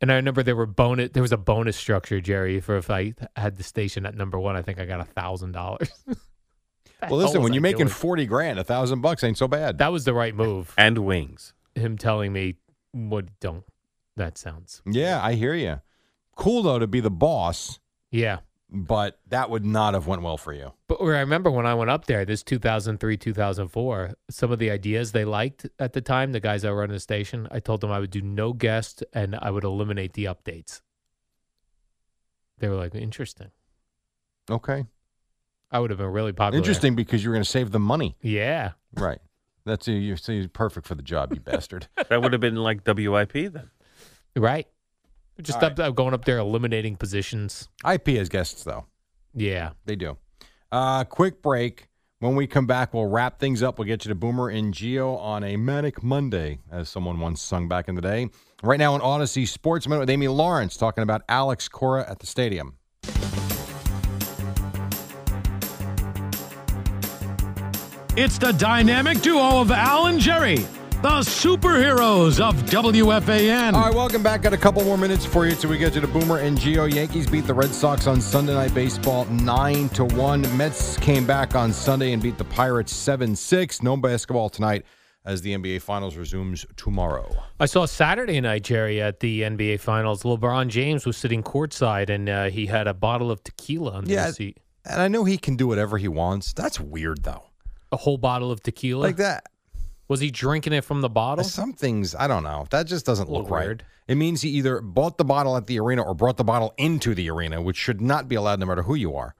and I remember there were bonus. There was a bonus structure, Jerry, for if I had the station at number one. I think I got a thousand dollars.
well, listen, when you're making
doing?
40 grand, a thousand bucks ain't so bad.
That was the right move.
and wings.
Him telling me, "What don't that sounds?"
yeah, I hear you. Cool, though, to be the boss,
Yeah.
but that would not have went well for you.
But where I remember when I went up there, this 2003, 2004, some of the ideas they liked at the time, the guys that were on the station, I told them I would do no guest and I would eliminate the updates. They were like, interesting.
Okay.
I would have been really popular.
Interesting because you were going to save the money.
Yeah.
Right. That's you. So you're perfect for the job, you bastard.
That would have been like WIP then.
Right. Just
All
up, up going up there, eliminating positions.
IP as guests, though.
Yeah.
They do. Uh, quick break. When we come back, we'll wrap things up. We'll get you to Boomer and Geo on a Manic Monday, as someone once sung back in the day. Right now on Odyssey Sports Minute with Amy Lawrence talking about Alex Cora at the stadium.
It's the dynamic duo of Al and Jerry, the superheroes of WFAN.
All right, welcome back. Got a couple more minutes for you till we get you to Boomer and Geo. Yankees beat the Red Sox on Sunday Night Baseball 9 to 1. Mets came back on Sunday and beat the Pirates 7 6. No basketball tonight as the NBA Finals resumes tomorrow.
I saw Saturday night, Jerry, at the NBA Finals. LeBron James was sitting courtside and uh, he had a bottle of tequila under
Yeah.
the seat.
And I know he can do whatever he wants. That's weird, though.
A whole bottle of tequila.
Like that.
Was he drinking it from the bottle?
Some things I don't know. That just doesn't look
Little
right.
weird.
It means he either bought the bottle at the arena or brought the bottle into the arena, which should not be allowed no matter who you are.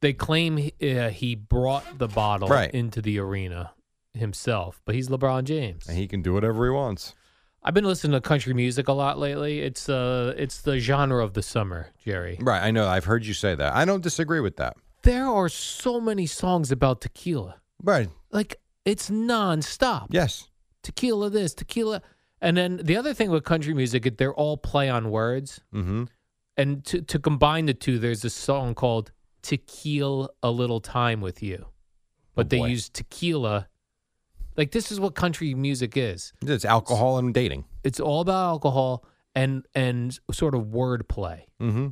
They claim uh, he brought the bottle
Right.
into the arena himself, but he's LeBron James.
And he can do whatever he wants.
I've been listening to country music a lot lately. It's uh, it's the genre of the summer, Jerry.
Right. I know. I've heard you say that. I don't disagree with that.
There are so many songs about tequila.
Right.
Like it's nonstop.
Yes.
Tequila this, tequila. And then the other thing with country music, it- they're all play on words.
Mm-hmm.
And to, to combine the two, there's a song called Tequila A Little Time With You. But they
Oh, boy.
use tequila. Like this is what country music is.
It's alcohol and dating.
It's all about alcohol and and sort of wordplay.
Mm-hmm.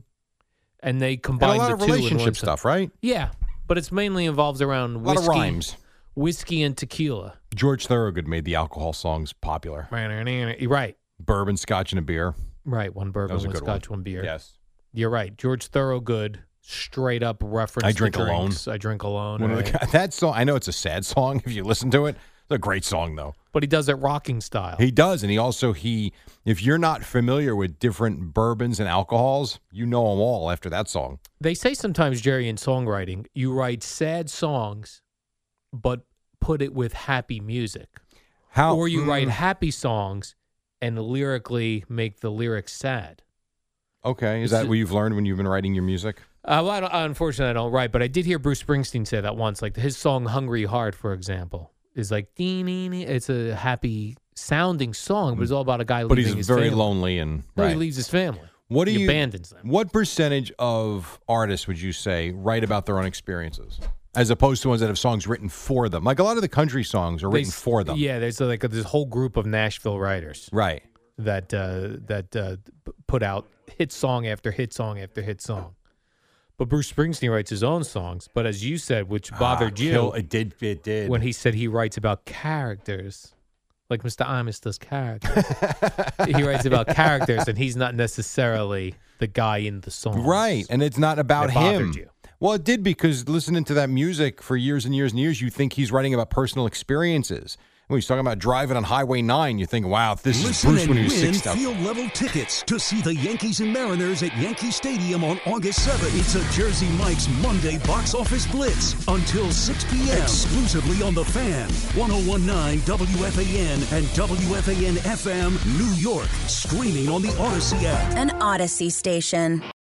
And they
And a
combine
lot
the
of
two in one
relationship
song.
stuff, right?
Yeah, but it's mainly involves around
A lot of
whiskey,
rhymes.
whiskey and tequila.
George Thorogood made the alcohol songs popular.
Right,
Bourbon, scotch, and a beer.
right. One bourbon,
was a
one
good one.
scotch, one beer.
Yes.
You're right. George Thorogood straight up reference.
I drink alone.
I drink alone.
One of the,
right.
guy- that song, I know it's a sad song if you listen to it. It's a great song, though.
But he does it rocking style.
He does, and he also he. If you're not familiar with different bourbons and alcohols, you know them all after that song.
They say sometimes, Jerry, in songwriting, you write sad songs, but put it with happy music.
How
Or you write
Mm.
happy songs and lyrically make the lyrics sad.
Okay, is
This
that
is-
what you've learned when you've been writing your music?
Uh, well, I don't, unfortunately, I don't write, but I did hear Bruce Springsteen say that once. Like his song "Hungry Heart," for example, is like dee, nee, nee. it's a happy sounding song, but it's all about a guy.
But
leaving
he's
his
very
family.
lonely and
No,
right.
he leaves his family.
what do
he
you
abandons them?
What percentage of artists would you say write about their own experiences, as opposed to ones that have songs written for them? Like a lot of the country songs are
They
written
s-
for them.
Yeah, there's uh, like this whole group of Nashville writers
Right.
that uh, that uh, p- put out hit song after hit song after hit song. But Bruce Springsteen writes his own songs. But as you said, which bothered you,
Ah, kill- it did. It did.
when he said he writes about characters, like Mr. Imus does characters. he writes about characters, and he's not necessarily the guy in the song.
Right, and it's not about
It bothered
him.
you.
Well, it did because listening to that music for years and years and years, you think he's writing about personal experiences. When he's talking about driving on Highway Nine, you think, "Wow, this
Listen
is Bruce
and
when he was
win
six out."
field level tickets to see the Yankees and Mariners at Yankee Stadium on August 7th. It's a Jersey Mike's Monday box office blitz until 6 p.m. exclusively on the Fan, 1019 WFAN and WFAN FM New York, streaming on the Odyssey app.
An Odyssey station.